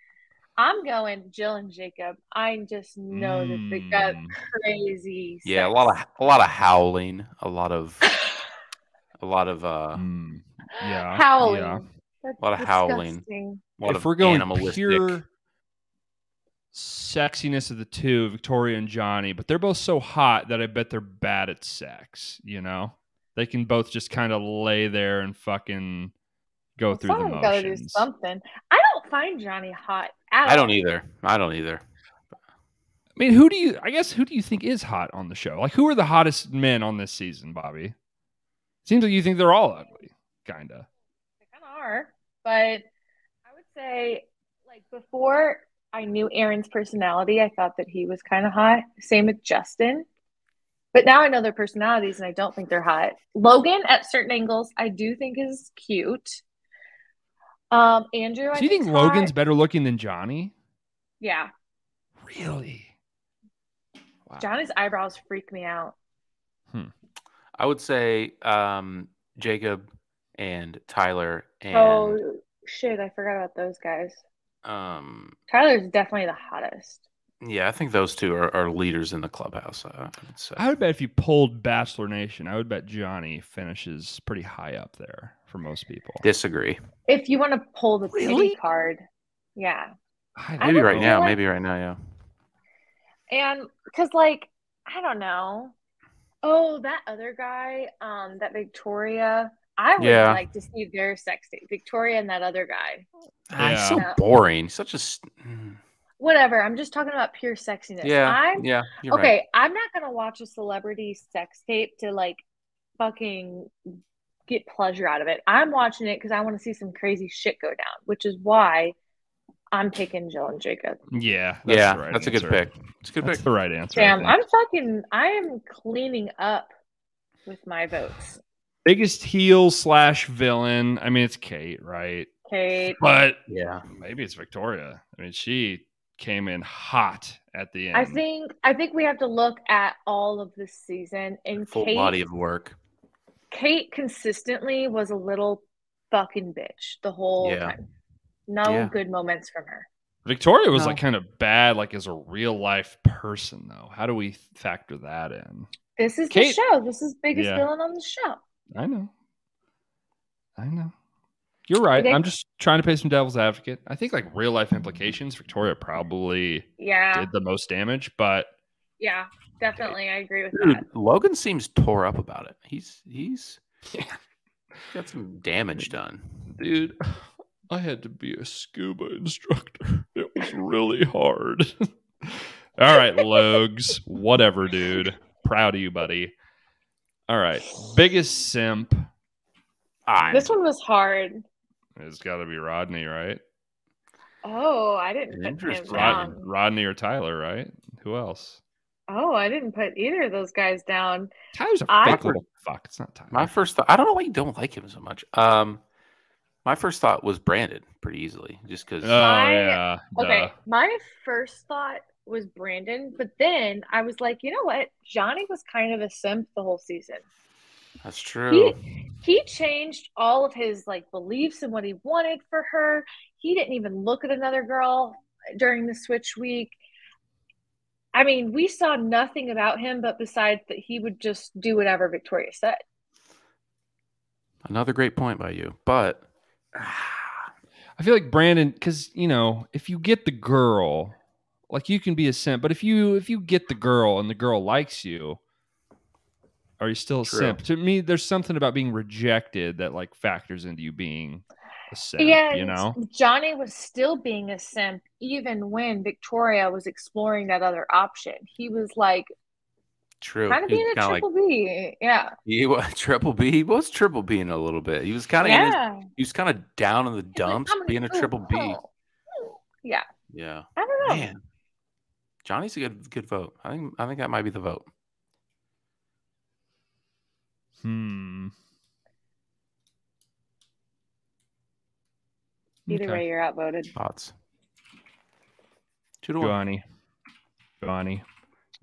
B: I'm going Jill and Jacob. I just know that they got
A: Mm.
B: crazy.
C: Yeah, a
B: sex.
C: lot of a lot of howling, a lot of a lot of uh
A: Mm. Yeah.
B: [laughs] howling.
A: yeah.
B: That's
C: A lot of howling.
B: disgusting.
C: lot
A: if
C: of
A: we're going
C: animalistic.
A: pure sexiness of the two, Victoria and Johnny, but they're both so hot that I bet they're bad at sex. You know, they can both just kind of lay there and fucking go through the
B: Someone's gotta do
A: motions.
B: something. I don't find Johnny hot at
C: I don't
B: all.
C: either. I don't either.
A: I mean, who do you? I guess who do you think is hot on the show? Like, who are the hottest men on this season, Bobby? Seems like you think they're all ugly, kinda.
B: They kind of are, but I would say like before I knew Aaron's personality, I thought that he was kind of hot. Same with Justin. But now I know their personalities and I don't think they're hot. Logan at certain angles I do think is cute. Um Andrew, I
A: Do you think
B: think's
A: Logan's
B: hot.
A: better looking than Johnny?
B: Yeah.
A: Really? Wow.
B: Johnny's eyebrows freak me out.
C: I would say um Jacob and Tyler and
B: oh shit, I forgot about those guys.
C: um
B: Tyler's definitely the hottest.
C: yeah, I think those two are, are leaders in the clubhouse. Uh, I would say.
A: I would bet if you pulled Bachelor Nation, I would bet Johnny finishes pretty high up there for most people.
C: disagree.
B: If you want to pull the pity
A: Really?
B: card, yeah.
A: I
C: Maybe
B: don't
C: right
A: know.
C: now.
B: know.
C: Maybe right now. Yeah.
B: And because, like, I don't know. Oh, that other guy, um, that Victoria. I would
C: Yeah.
B: like to see their sex date. Victoria and that other guy.
C: Ah, he's
B: Yeah.
C: so boring. Such a. s- mm.
B: Whatever. I'm just talking about pure sexiness.
C: Yeah.
B: I'm
C: yeah. You're
B: okay.
C: Right.
B: I'm not gonna watch a celebrity sex tape to like fucking get pleasure out of it. I'm watching it because I want to see some crazy shit go down, which is why I'm picking Jill and Jacob.
A: Yeah,
C: yeah,
A: the right
C: that's a good
A: answer.
C: pick. It's a good
A: That's
C: pick.
A: the right answer. I
B: Sam,
A: think.
B: I'm fucking, I am cleaning up with my votes.
A: Biggest heel slash villain. I mean, it's Kate, right?
B: Kate,
A: But
C: Yeah,
A: maybe it's Victoria. I mean, she came in hot at the end.
B: I think I think we have to look at all of this season and
C: full
B: Kate
C: body of work.
B: Kate consistently was a little fucking bitch the whole
C: Yeah.
B: time. No
C: Yeah.
B: good moments from her.
A: Victoria was
C: No.
A: like kind of bad, like as a real life person, though. How do we factor that in?
B: This is
A: Kate-
B: the show. This is biggest
A: Yeah.
B: villain on the show.
A: I know. I know. You're right.
B: think-
A: I'm just trying to play some devil's advocate. I think like real life implications, Victoria probably
B: Yeah,
A: did the most damage, but
B: yeah, definitely. I agree with
C: Dude,
B: that.
C: Logan seems tore up about it. He's he's
A: Yeah.
C: got some damage done.
A: dude, [sighs] I had to be a scuba instructor. [laughs] It was really hard. [laughs] All right, Logs. Whatever, dude. Proud of you, buddy. All right. Biggest simp
C: I
B: This one was hard.
A: has got to be Rodney, right?
B: Oh, I didn't put him
C: Interesting.
A: Rod-
B: down.
A: Rodney or Tyler, right? Who else?
B: Oh, I didn't put either of those guys down.
A: Tyler's a
B: I-
A: fake little fuck. It's not Tyler.
C: My first thought, I don't know why you don't like him so much. Um, my first thought was Brandon pretty easily, just because.
A: oh
B: My-
A: yeah.
B: Okay,
A: duh.
B: my first thought was Brandon, but then I was like, you know what? Johnny was kind of a simp the whole season.
C: that's true.
B: he changed all of his like beliefs and what he wanted for her. He didn't even look at another girl during the switch week. I mean, we saw nothing about him but besides that he would just do whatever Victoria said.
C: Another great point by you, but [sighs] ah,
A: I feel like Brandon, because you know, if you get the girl, like you can be a simp, but if you if you get the girl and the girl likes you, are you still a
C: True.
A: simp? To me, there's something about being rejected that like factors into you being a simp. you
B: And
A: know,
B: Johnny was still being a simp even when Victoria was exploring that other option. He was like
C: true.
B: kind of
C: He
B: being a
C: kinda like-
B: triple B. Yeah.
C: he was [laughs] triple B. He was triple B in a little bit. He was kind of
B: yeah.
C: he was kind of down in the
B: He's like,
C: dumps,
B: I'm gonna
C: being a
B: go
C: triple B.
B: home. Yeah.
C: Yeah,
B: I don't know.
C: man. Johnny's a good good vote. I think I think that might be the vote.
A: hmm.
B: Either
A: Okay.
B: way, you're outvoted.
C: Thoughts. Two to one.
A: Johnny, Johnny.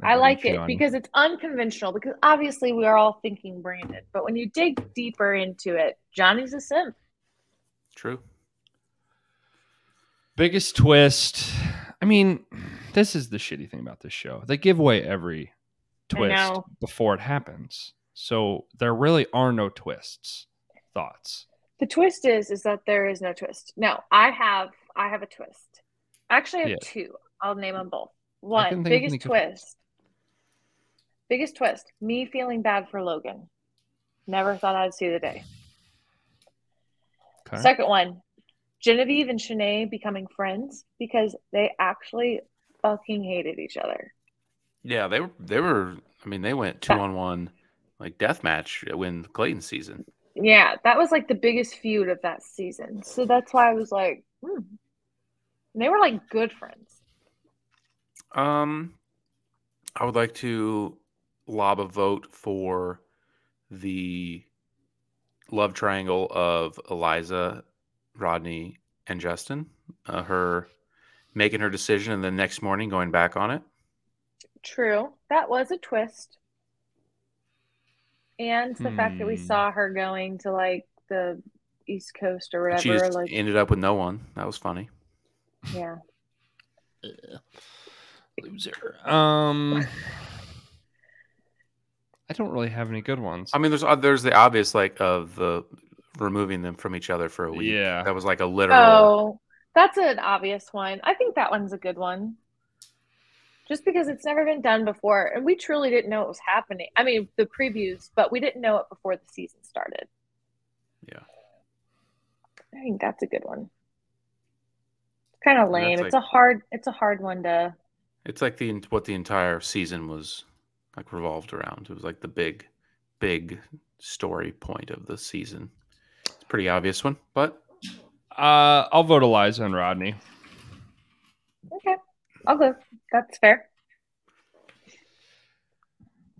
B: I like it
A: Johnny.
B: because it's unconventional. Because obviously we are all thinking Brandon, but when you dig deeper into it, Johnny's a simp.
C: True.
A: Biggest twist. I mean, this is the shitty thing about this show. They give away every twist
B: know.
A: before it happens. So there really are no twists. Thoughts.
B: The twist is is that there is no twist. No, I have I have a twist. Actually, I have
A: Yeah.
B: two. I'll name them both.
A: couldn't
B: One
A: think of any
B: biggest
A: good-
B: twist. Biggest twist. Me feeling bad for Logan. Never thought I'd see the day.
A: Okay.
B: Second one, Genevieve and Shanae becoming friends because they actually fucking hated each other.
C: Yeah, they were they were I mean, they went two on one like death match when Clayton season.
B: Yeah, that was like the biggest feud of that season. So that's why I was like, hmm. And they were like good friends.
C: Um I would like to lob a vote for the love triangle of Eliza, Rodney, and Justin. Uh, her making her decision and the next morning going back on it.
B: True. That was a twist. And the fact that we
A: Hmm.
B: saw her going to like the East Coast or
C: And
B: whatever,
C: she just
B: like
C: ended up with no one. That was funny.
B: yeah.
A: Loser. Um I don't really have any good ones.
C: I mean, there's uh, there's the obvious like of the removing them from each other for a week.
A: Yeah.
C: that was like a literal.
B: Oh, that's an obvious one. I think that one's a good one. Just because it's never been done before, and we truly didn't know it was happening. I mean, the previews, but we didn't know it before the season started.
C: Yeah.
B: I think that's a good one. It's kind of
C: And that's
B: lame.
C: like-
B: it's a hard. It's a hard one to.
C: It's like the what the entire season was like revolved around. It was like the big, big story point of the season. It's a pretty obvious one, but
A: Uh, I'll vote Eliza and Rodney.
B: Okay, I'll go. That's fair.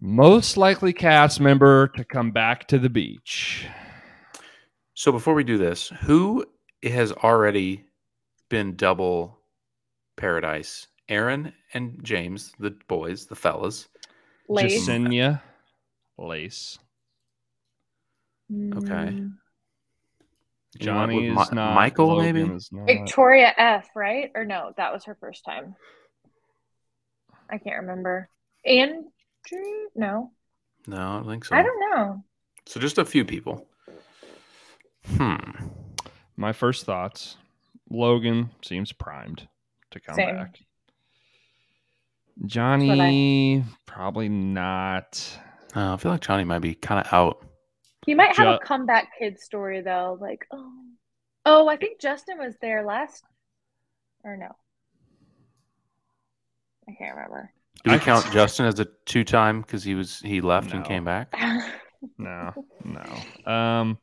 A: Most likely cast member to come back to the beach.
C: so before we do this, who has already been double paradise? Aaron and James, the boys, the fellas.
B: Lace.
A: Jasenia Lace.
C: okay.
B: Mm.
C: Anyone with
A: Johnny is
C: Mi-
A: not.
C: Michael,
A: Logan
C: maybe?
A: is not.
B: Victoria F, right? Or no, that was her first time. I can't remember. Andrew? No.
C: No, I don't think so.
B: I don't know.
C: So just a few people. Hmm.
A: My first thoughts Logan seems primed to come
B: Same.
A: back. Johnny, probably not.
C: Uh, I feel like Johnny might be kind of out.
B: You might have
A: Ju-
B: a comeback kid story though, like oh, oh, I think Justin was there last, or no, I can't remember. [laughs]
C: Do we
A: I-
C: count Justin as a two-time because he was he left and
A: No.
C: came back?
A: No, no. Um,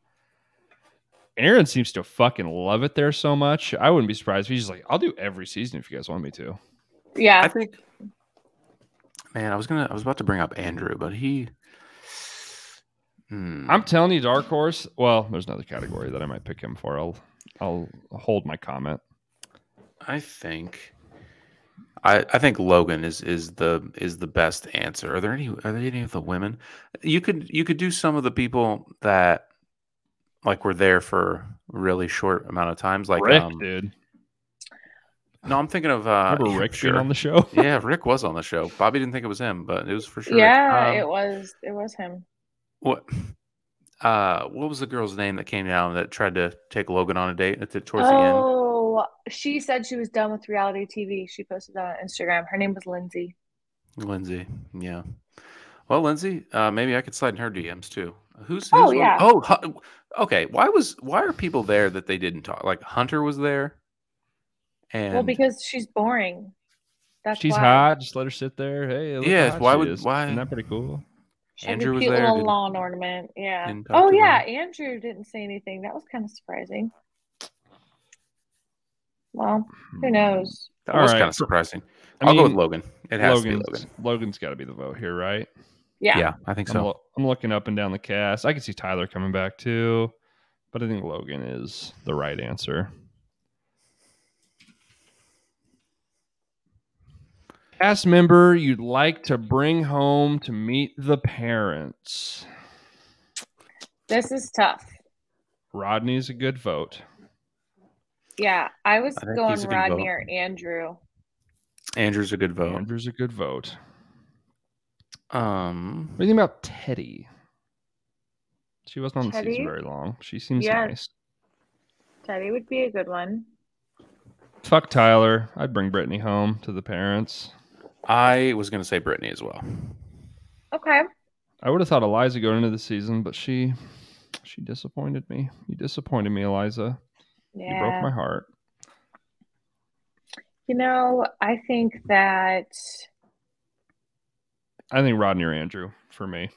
A: Aaron seems to fucking love it there so much. I wouldn't be surprised if he's just like, I'll do every season if you guys want me to.
C: I
B: yeah,
C: think. Man, I was gonna I was about to bring up Andrew, but he. Hmm.
A: I'm telling you, Dark Horse. Well, there's another category that I might pick him for. I'll I'll hold my comment.
C: I think. I, I think Logan is is the is the best answer. Are there any are there any of the women? You could you could do some of the people that like were there for really short amount of times. Like
A: Rick,
C: um,
A: dude.
C: no, I'm thinking of uh,
A: Remember Rick
C: sure.
A: being on the show?
C: yeah, Rick was on the show. Bobby didn't think it was him, but it was for sure.
B: yeah,
C: Um,
B: it was, it was him.
C: What? Uh, what was the girl's name that came down that tried to take Logan on a date at the towards the end?
B: Oh, she said she was done with reality TV. She posted that on Instagram. Her name was Lindsay.
C: Lindsay. Yeah. Well, Lindsay, uh, maybe I could slide in her DMs too. Who's? who's
B: Oh,
C: on-
B: yeah.
C: Oh, Hu- okay. Why was? Why are people there that they didn't talk? Like Hunter was there. And
B: well, because she's boring. That's
A: She's
B: why.
A: hot. Just let her sit there. Hey, look
C: Yeah,
A: how
C: why
A: she
C: would-
A: is.
C: why-
A: Isn't that pretty cool?
B: She has
C: Andrew
B: a
C: was
B: cute
C: there,
B: little
C: didn't-
B: lawn ornament. Yeah.
C: didn't talk
B: Oh
C: to
B: yeah,
C: them.
B: Andrew didn't say anything. That was kind of surprising. Well, who
C: Hmm.
B: knows?
C: that
A: All
C: was
A: right.
C: kind of surprising.
A: I
C: I will go with
A: mean,
C: Logan. It has
A: Logan's,
C: to be Logan.
A: Logan's got to be the vote here, right?
B: Yeah.
C: Yeah, I think
A: I'm,
C: so.
A: lo- I'm looking up and down the cast. I can see Tyler coming back too, but I think Logan is the right answer. Cast member you'd like to bring home to meet the parents.
B: This is tough.
A: Rodney's a good vote.
B: Yeah. I was
C: I think
B: going
C: he's a good
B: Rodney
C: vote.
B: or Andrew.
C: Andrew's a good vote.
A: Andrew's a good vote.
C: Um,
A: What do you think about Teddy? She wasn't on the
B: Teddy?
A: season very long. She seems
B: Yeah.
A: nice.
B: Teddy would be a good one.
A: Fuck Tyler. I'd bring Brittany home to the parents.
C: I was gonna say Brittany as well.
B: Okay.
A: I would have thought Eliza going into the season, but she she disappointed me. You disappointed me, Eliza. You
B: Yeah.
A: broke my heart.
B: You know, I think that
A: I think Rodney or Andrew for me.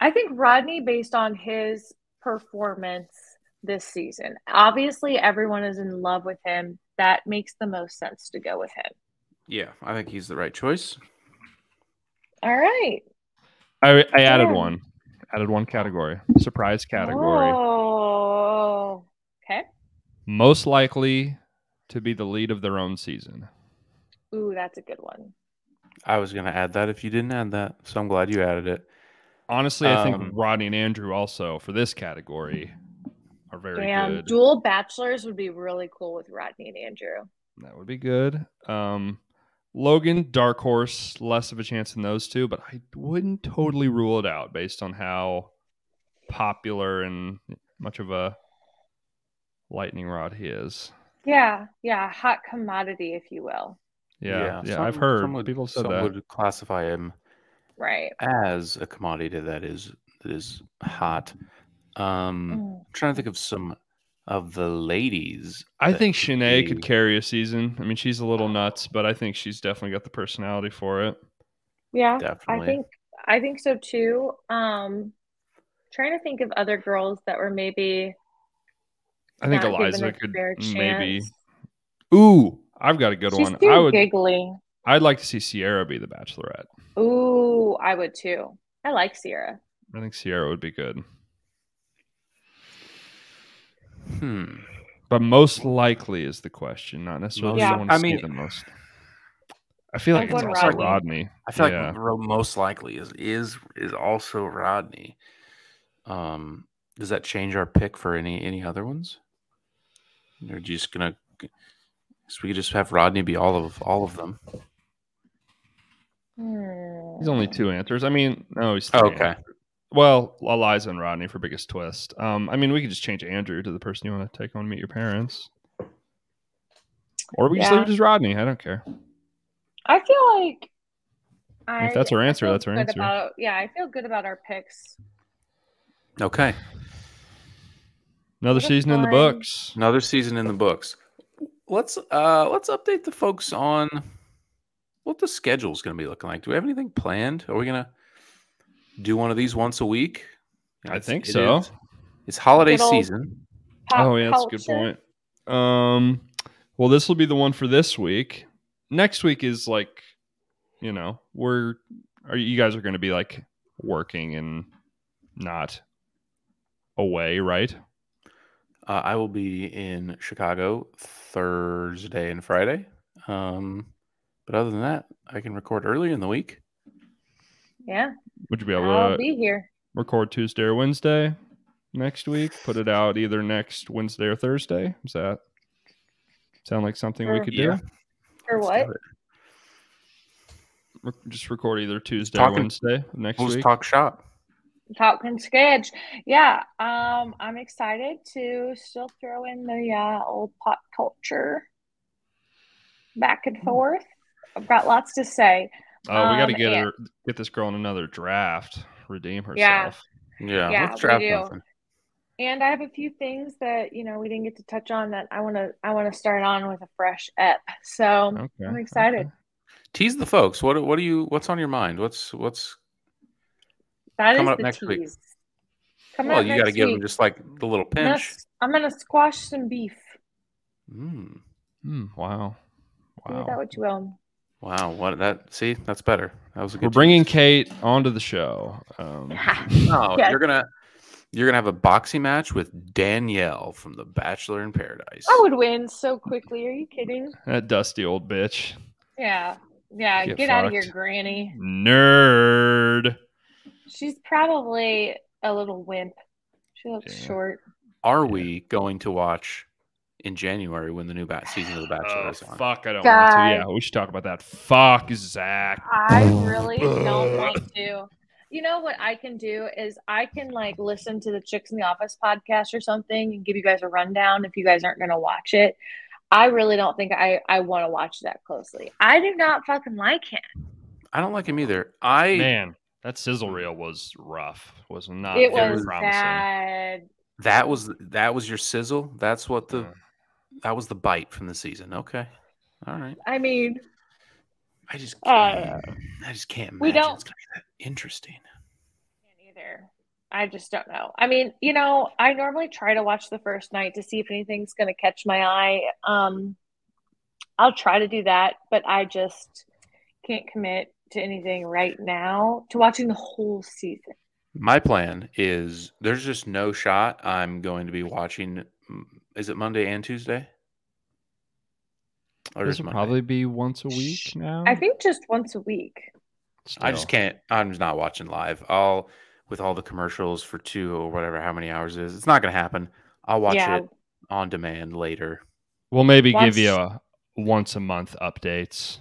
B: I think Rodney, based on his performance this season, obviously everyone is in love with him. That makes the most sense to go with him.
C: Yeah, I think he's the right choice.
B: All right.
A: I, I added
B: Yeah.
A: one. Added one category. Surprise category.
B: Oh, okay.
A: Most likely to be the lead of their own season.
B: Ooh, that's a good one.
C: I was going to add that if you didn't add that, so I'm glad you added it.
A: Honestly, I think
C: Um,
A: Rodney and Andrew also for this category are very
B: Damn,
A: good.
B: dual bachelors would be really cool with Rodney and Andrew.
A: That would be good. Um, Logan, Dark Horse, less of a chance than those two, but I wouldn't totally rule it out based on how popular and much of a lightning rod he is.
B: Yeah, yeah, hot commodity, if you will.
A: Yeah, yeah,
C: some-
A: I've heard
C: some would-
A: people have said
C: some
A: that.
C: would classify him
B: Right.
C: as a commodity that is that is hot.
A: Hmm.
C: Um,
B: Mm.
C: I'm trying to think of some of the ladies.
A: I
C: that
A: think Shanae
C: be-
A: could carry a season. I mean, she's a little nuts, but I think she's definitely got the personality for it.
B: Yeah, I
C: Definitely.
B: think I think so too. Um, trying to think of other girls that were maybe.
A: I think
B: not given
A: Eliza
B: a
A: could
B: fair
A: maybe.
B: chance.
A: Ooh, I've got a good
B: She's
A: one.
B: too
A: I would.
B: giggly.
A: I'd like to see Sierra be the Bachelorette.
B: Ooh, I would too. I like Sierra.
A: I think Sierra would be good,
C: Hmm.
A: but most likely is the question, not necessarily
B: Yeah.
A: the one to
C: I
A: see
C: mean-
A: the most. I feel
B: I'm
A: like it's
B: going
A: also
B: Rodney.
A: Rodney.
C: I feel
A: Yeah.
C: like ro- most likely is is is also Rodney. Um, does that change our pick for any any other ones? Or just gonna so we could just have Rodney be all of all of them.
B: Hmm.
A: He's only two answers. I mean, no, he's three
C: Oh, Okay.
A: answers. Well, Eliza and Rodney for biggest twist. Um, I mean, we could just change Andrew to the person you want to take on Meet Your Parents, or we just leave
B: Yeah.
A: it as Rodney. I don't care.
B: I feel like. I,
A: If that's her
B: I
A: answer,
B: feel
A: that's her
B: good
A: answer.
B: About, yeah, I feel good about our picks.
C: Okay.
A: Another
B: What a
A: season in the
B: fun-
A: books.
C: Another season in the books. Let's uh let's update the folks on what the schedule's gonna be looking like. Do we have anything planned? Are we gonna do one of these once a week?
A: I think
C: it
A: so.
C: is- It's holiday
B: Good old-
C: season.
B: Pop
A: oh yeah, that's a good
B: culture.
A: point. Um, well, this will be the one for this week. Next week is like, you know, we're are you guys are going to be like working and not away, right?
C: Uh, I will be in Chicago Thursday and Friday. Um, but other than that, I can record earlier in the week.
B: Yeah,
A: Would you be able
B: I'll
A: to
B: be here.
A: record Tuesday or Wednesday next week? Put it out either next Wednesday or Thursday. Is that sound like something we
B: Sure.
A: could
C: Yeah.
A: do?
B: Or
C: Let's
B: what?
C: do it.
A: Re- just record either Tuesday or
C: Talking-
A: Wednesday of next
C: We'll just
A: week.
C: talk shop.
B: Falcon sketch. Yeah, um, I'm excited to still throw in the uh, old pop culture back and forth. I've got lots to say.
A: Oh, we got to
B: Um,
A: get
B: and-
A: her, get this girl in another draft, redeem herself.
B: Yeah.
C: Yeah,
B: Yeah,
C: let's
B: we
C: draft
B: do.
C: nothing.
B: And I have a few things that you know we didn't get to touch on that I want to I want to start on with a fresh ep. So
A: Okay.
B: I'm excited.
A: okay.
C: Tease the folks. What what do you what's on your mind? What's what's
B: That is
C: Coming up
B: the
C: next week.
B: tease. Come
C: well,
B: up
C: you
B: next
C: got to give them
B: week.
C: just like the little
B: I'm gonna,
C: pinch.
B: s- I'm gonna squash some beef.
C: Mm,
A: Hmm, wow.
B: Do with that
A: Wow.
B: what you will.
C: wow, what that see, that's better. That was a good
A: We're bringing
C: tease.
A: Kate onto the show. [laughs]
B: [laughs]
A: Um,
C: No,
B: Yes.
C: you're going to you're going to have a boxing match with Danielle from The Bachelor in Paradise.
B: I would win so quickly. Are you kidding?
A: that dusty old bitch.
B: Yeah, yeah.
A: Get
B: Get, out of here,
A: fucked.
B: Granny.
A: Nerd.
B: She's probably a little wimp. She looks
A: Yeah.
B: short.
C: Are
A: Yeah.
C: we going to watch in January when the new bat season of The Bachelor
A: Oh,
C: is on?
A: fuck. I don't
B: Guy.
A: want to. Yeah, we should talk about that. Fuck, Zach.
B: I
A: Oh,
B: really don't want to. You know what I can do is I can like listen to the Chicks in the Office podcast or something and give you guys a rundown if you guys aren't going to watch it. I really don't think I I want to watch that closely. I do not fucking like him.
C: I don't like him either. I
A: Man, that sizzle reel was rough. Was not
B: it
A: very
B: was
A: promising.
B: bad.
C: that was that was your sizzle. That's what the
A: Uh,
C: that was the bite from the season. Okay, all right.
B: I mean,
C: I just
B: Uh,
C: I just can't. Imagine
B: we don't-
C: It's gonna be that interesting.
B: can't either. I just don't know. I mean, you know, I normally try to watch the first night to see if anything's going to catch my eye. Um, I'll try to do that, but I just can't commit to anything right now to watching the whole season.
C: My plan is there's just no shot. I'm going to be watching. mm, Is it Monday and Tuesday? Or
A: this
C: just
A: will
C: Monday?
A: probably be once a week now.
B: I think just once a week. [laughs]
C: I just can't. I'm just not watching live. I'll with all the commercials for two or whatever how many hours it is. It's not gonna happen. I'll watch
B: yeah,
C: it on demand later.
A: We'll maybe
B: Once-
A: give you a once a month updates,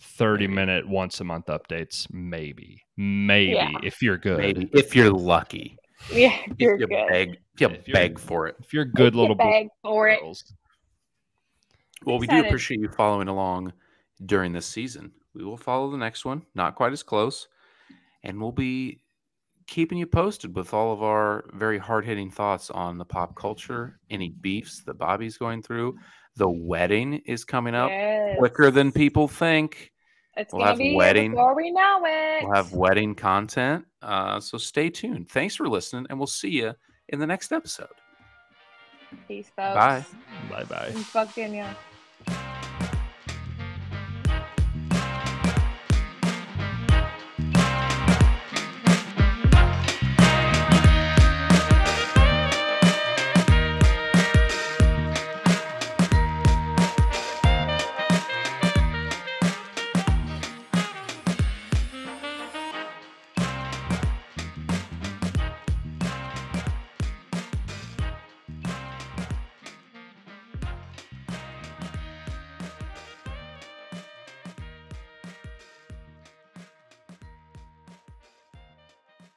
A: 30
C: Maybe.
A: minute once a month updates, maybe. Maybe
B: Yeah.
A: if you're good.
C: Maybe if you're lucky.
B: yeah, you're
C: if you
B: good.
C: beg, if you
A: If you're-
C: beg for it.
A: If you're good
B: You
A: little boy
B: beg for it.
A: girls.
C: Well, we do
B: excited.
C: appreciate you following along during this season. We will follow the next one, not quite as close, and we'll be keeping you posted with all of our very hard hitting thoughts on the pop culture, any beefs that Bobby's going through. The wedding is coming up quicker than
B: Yes.
C: people think.
B: It's
C: We'll
B: gonna
C: have
B: be here
C: wedding.
B: before we know it.
C: We'll have wedding content. Uh, so stay tuned. Thanks for listening, and we'll see you in the next episode.
B: Peace, folks.
C: Bye.
A: Bye bye.
B: And fuck Danielle.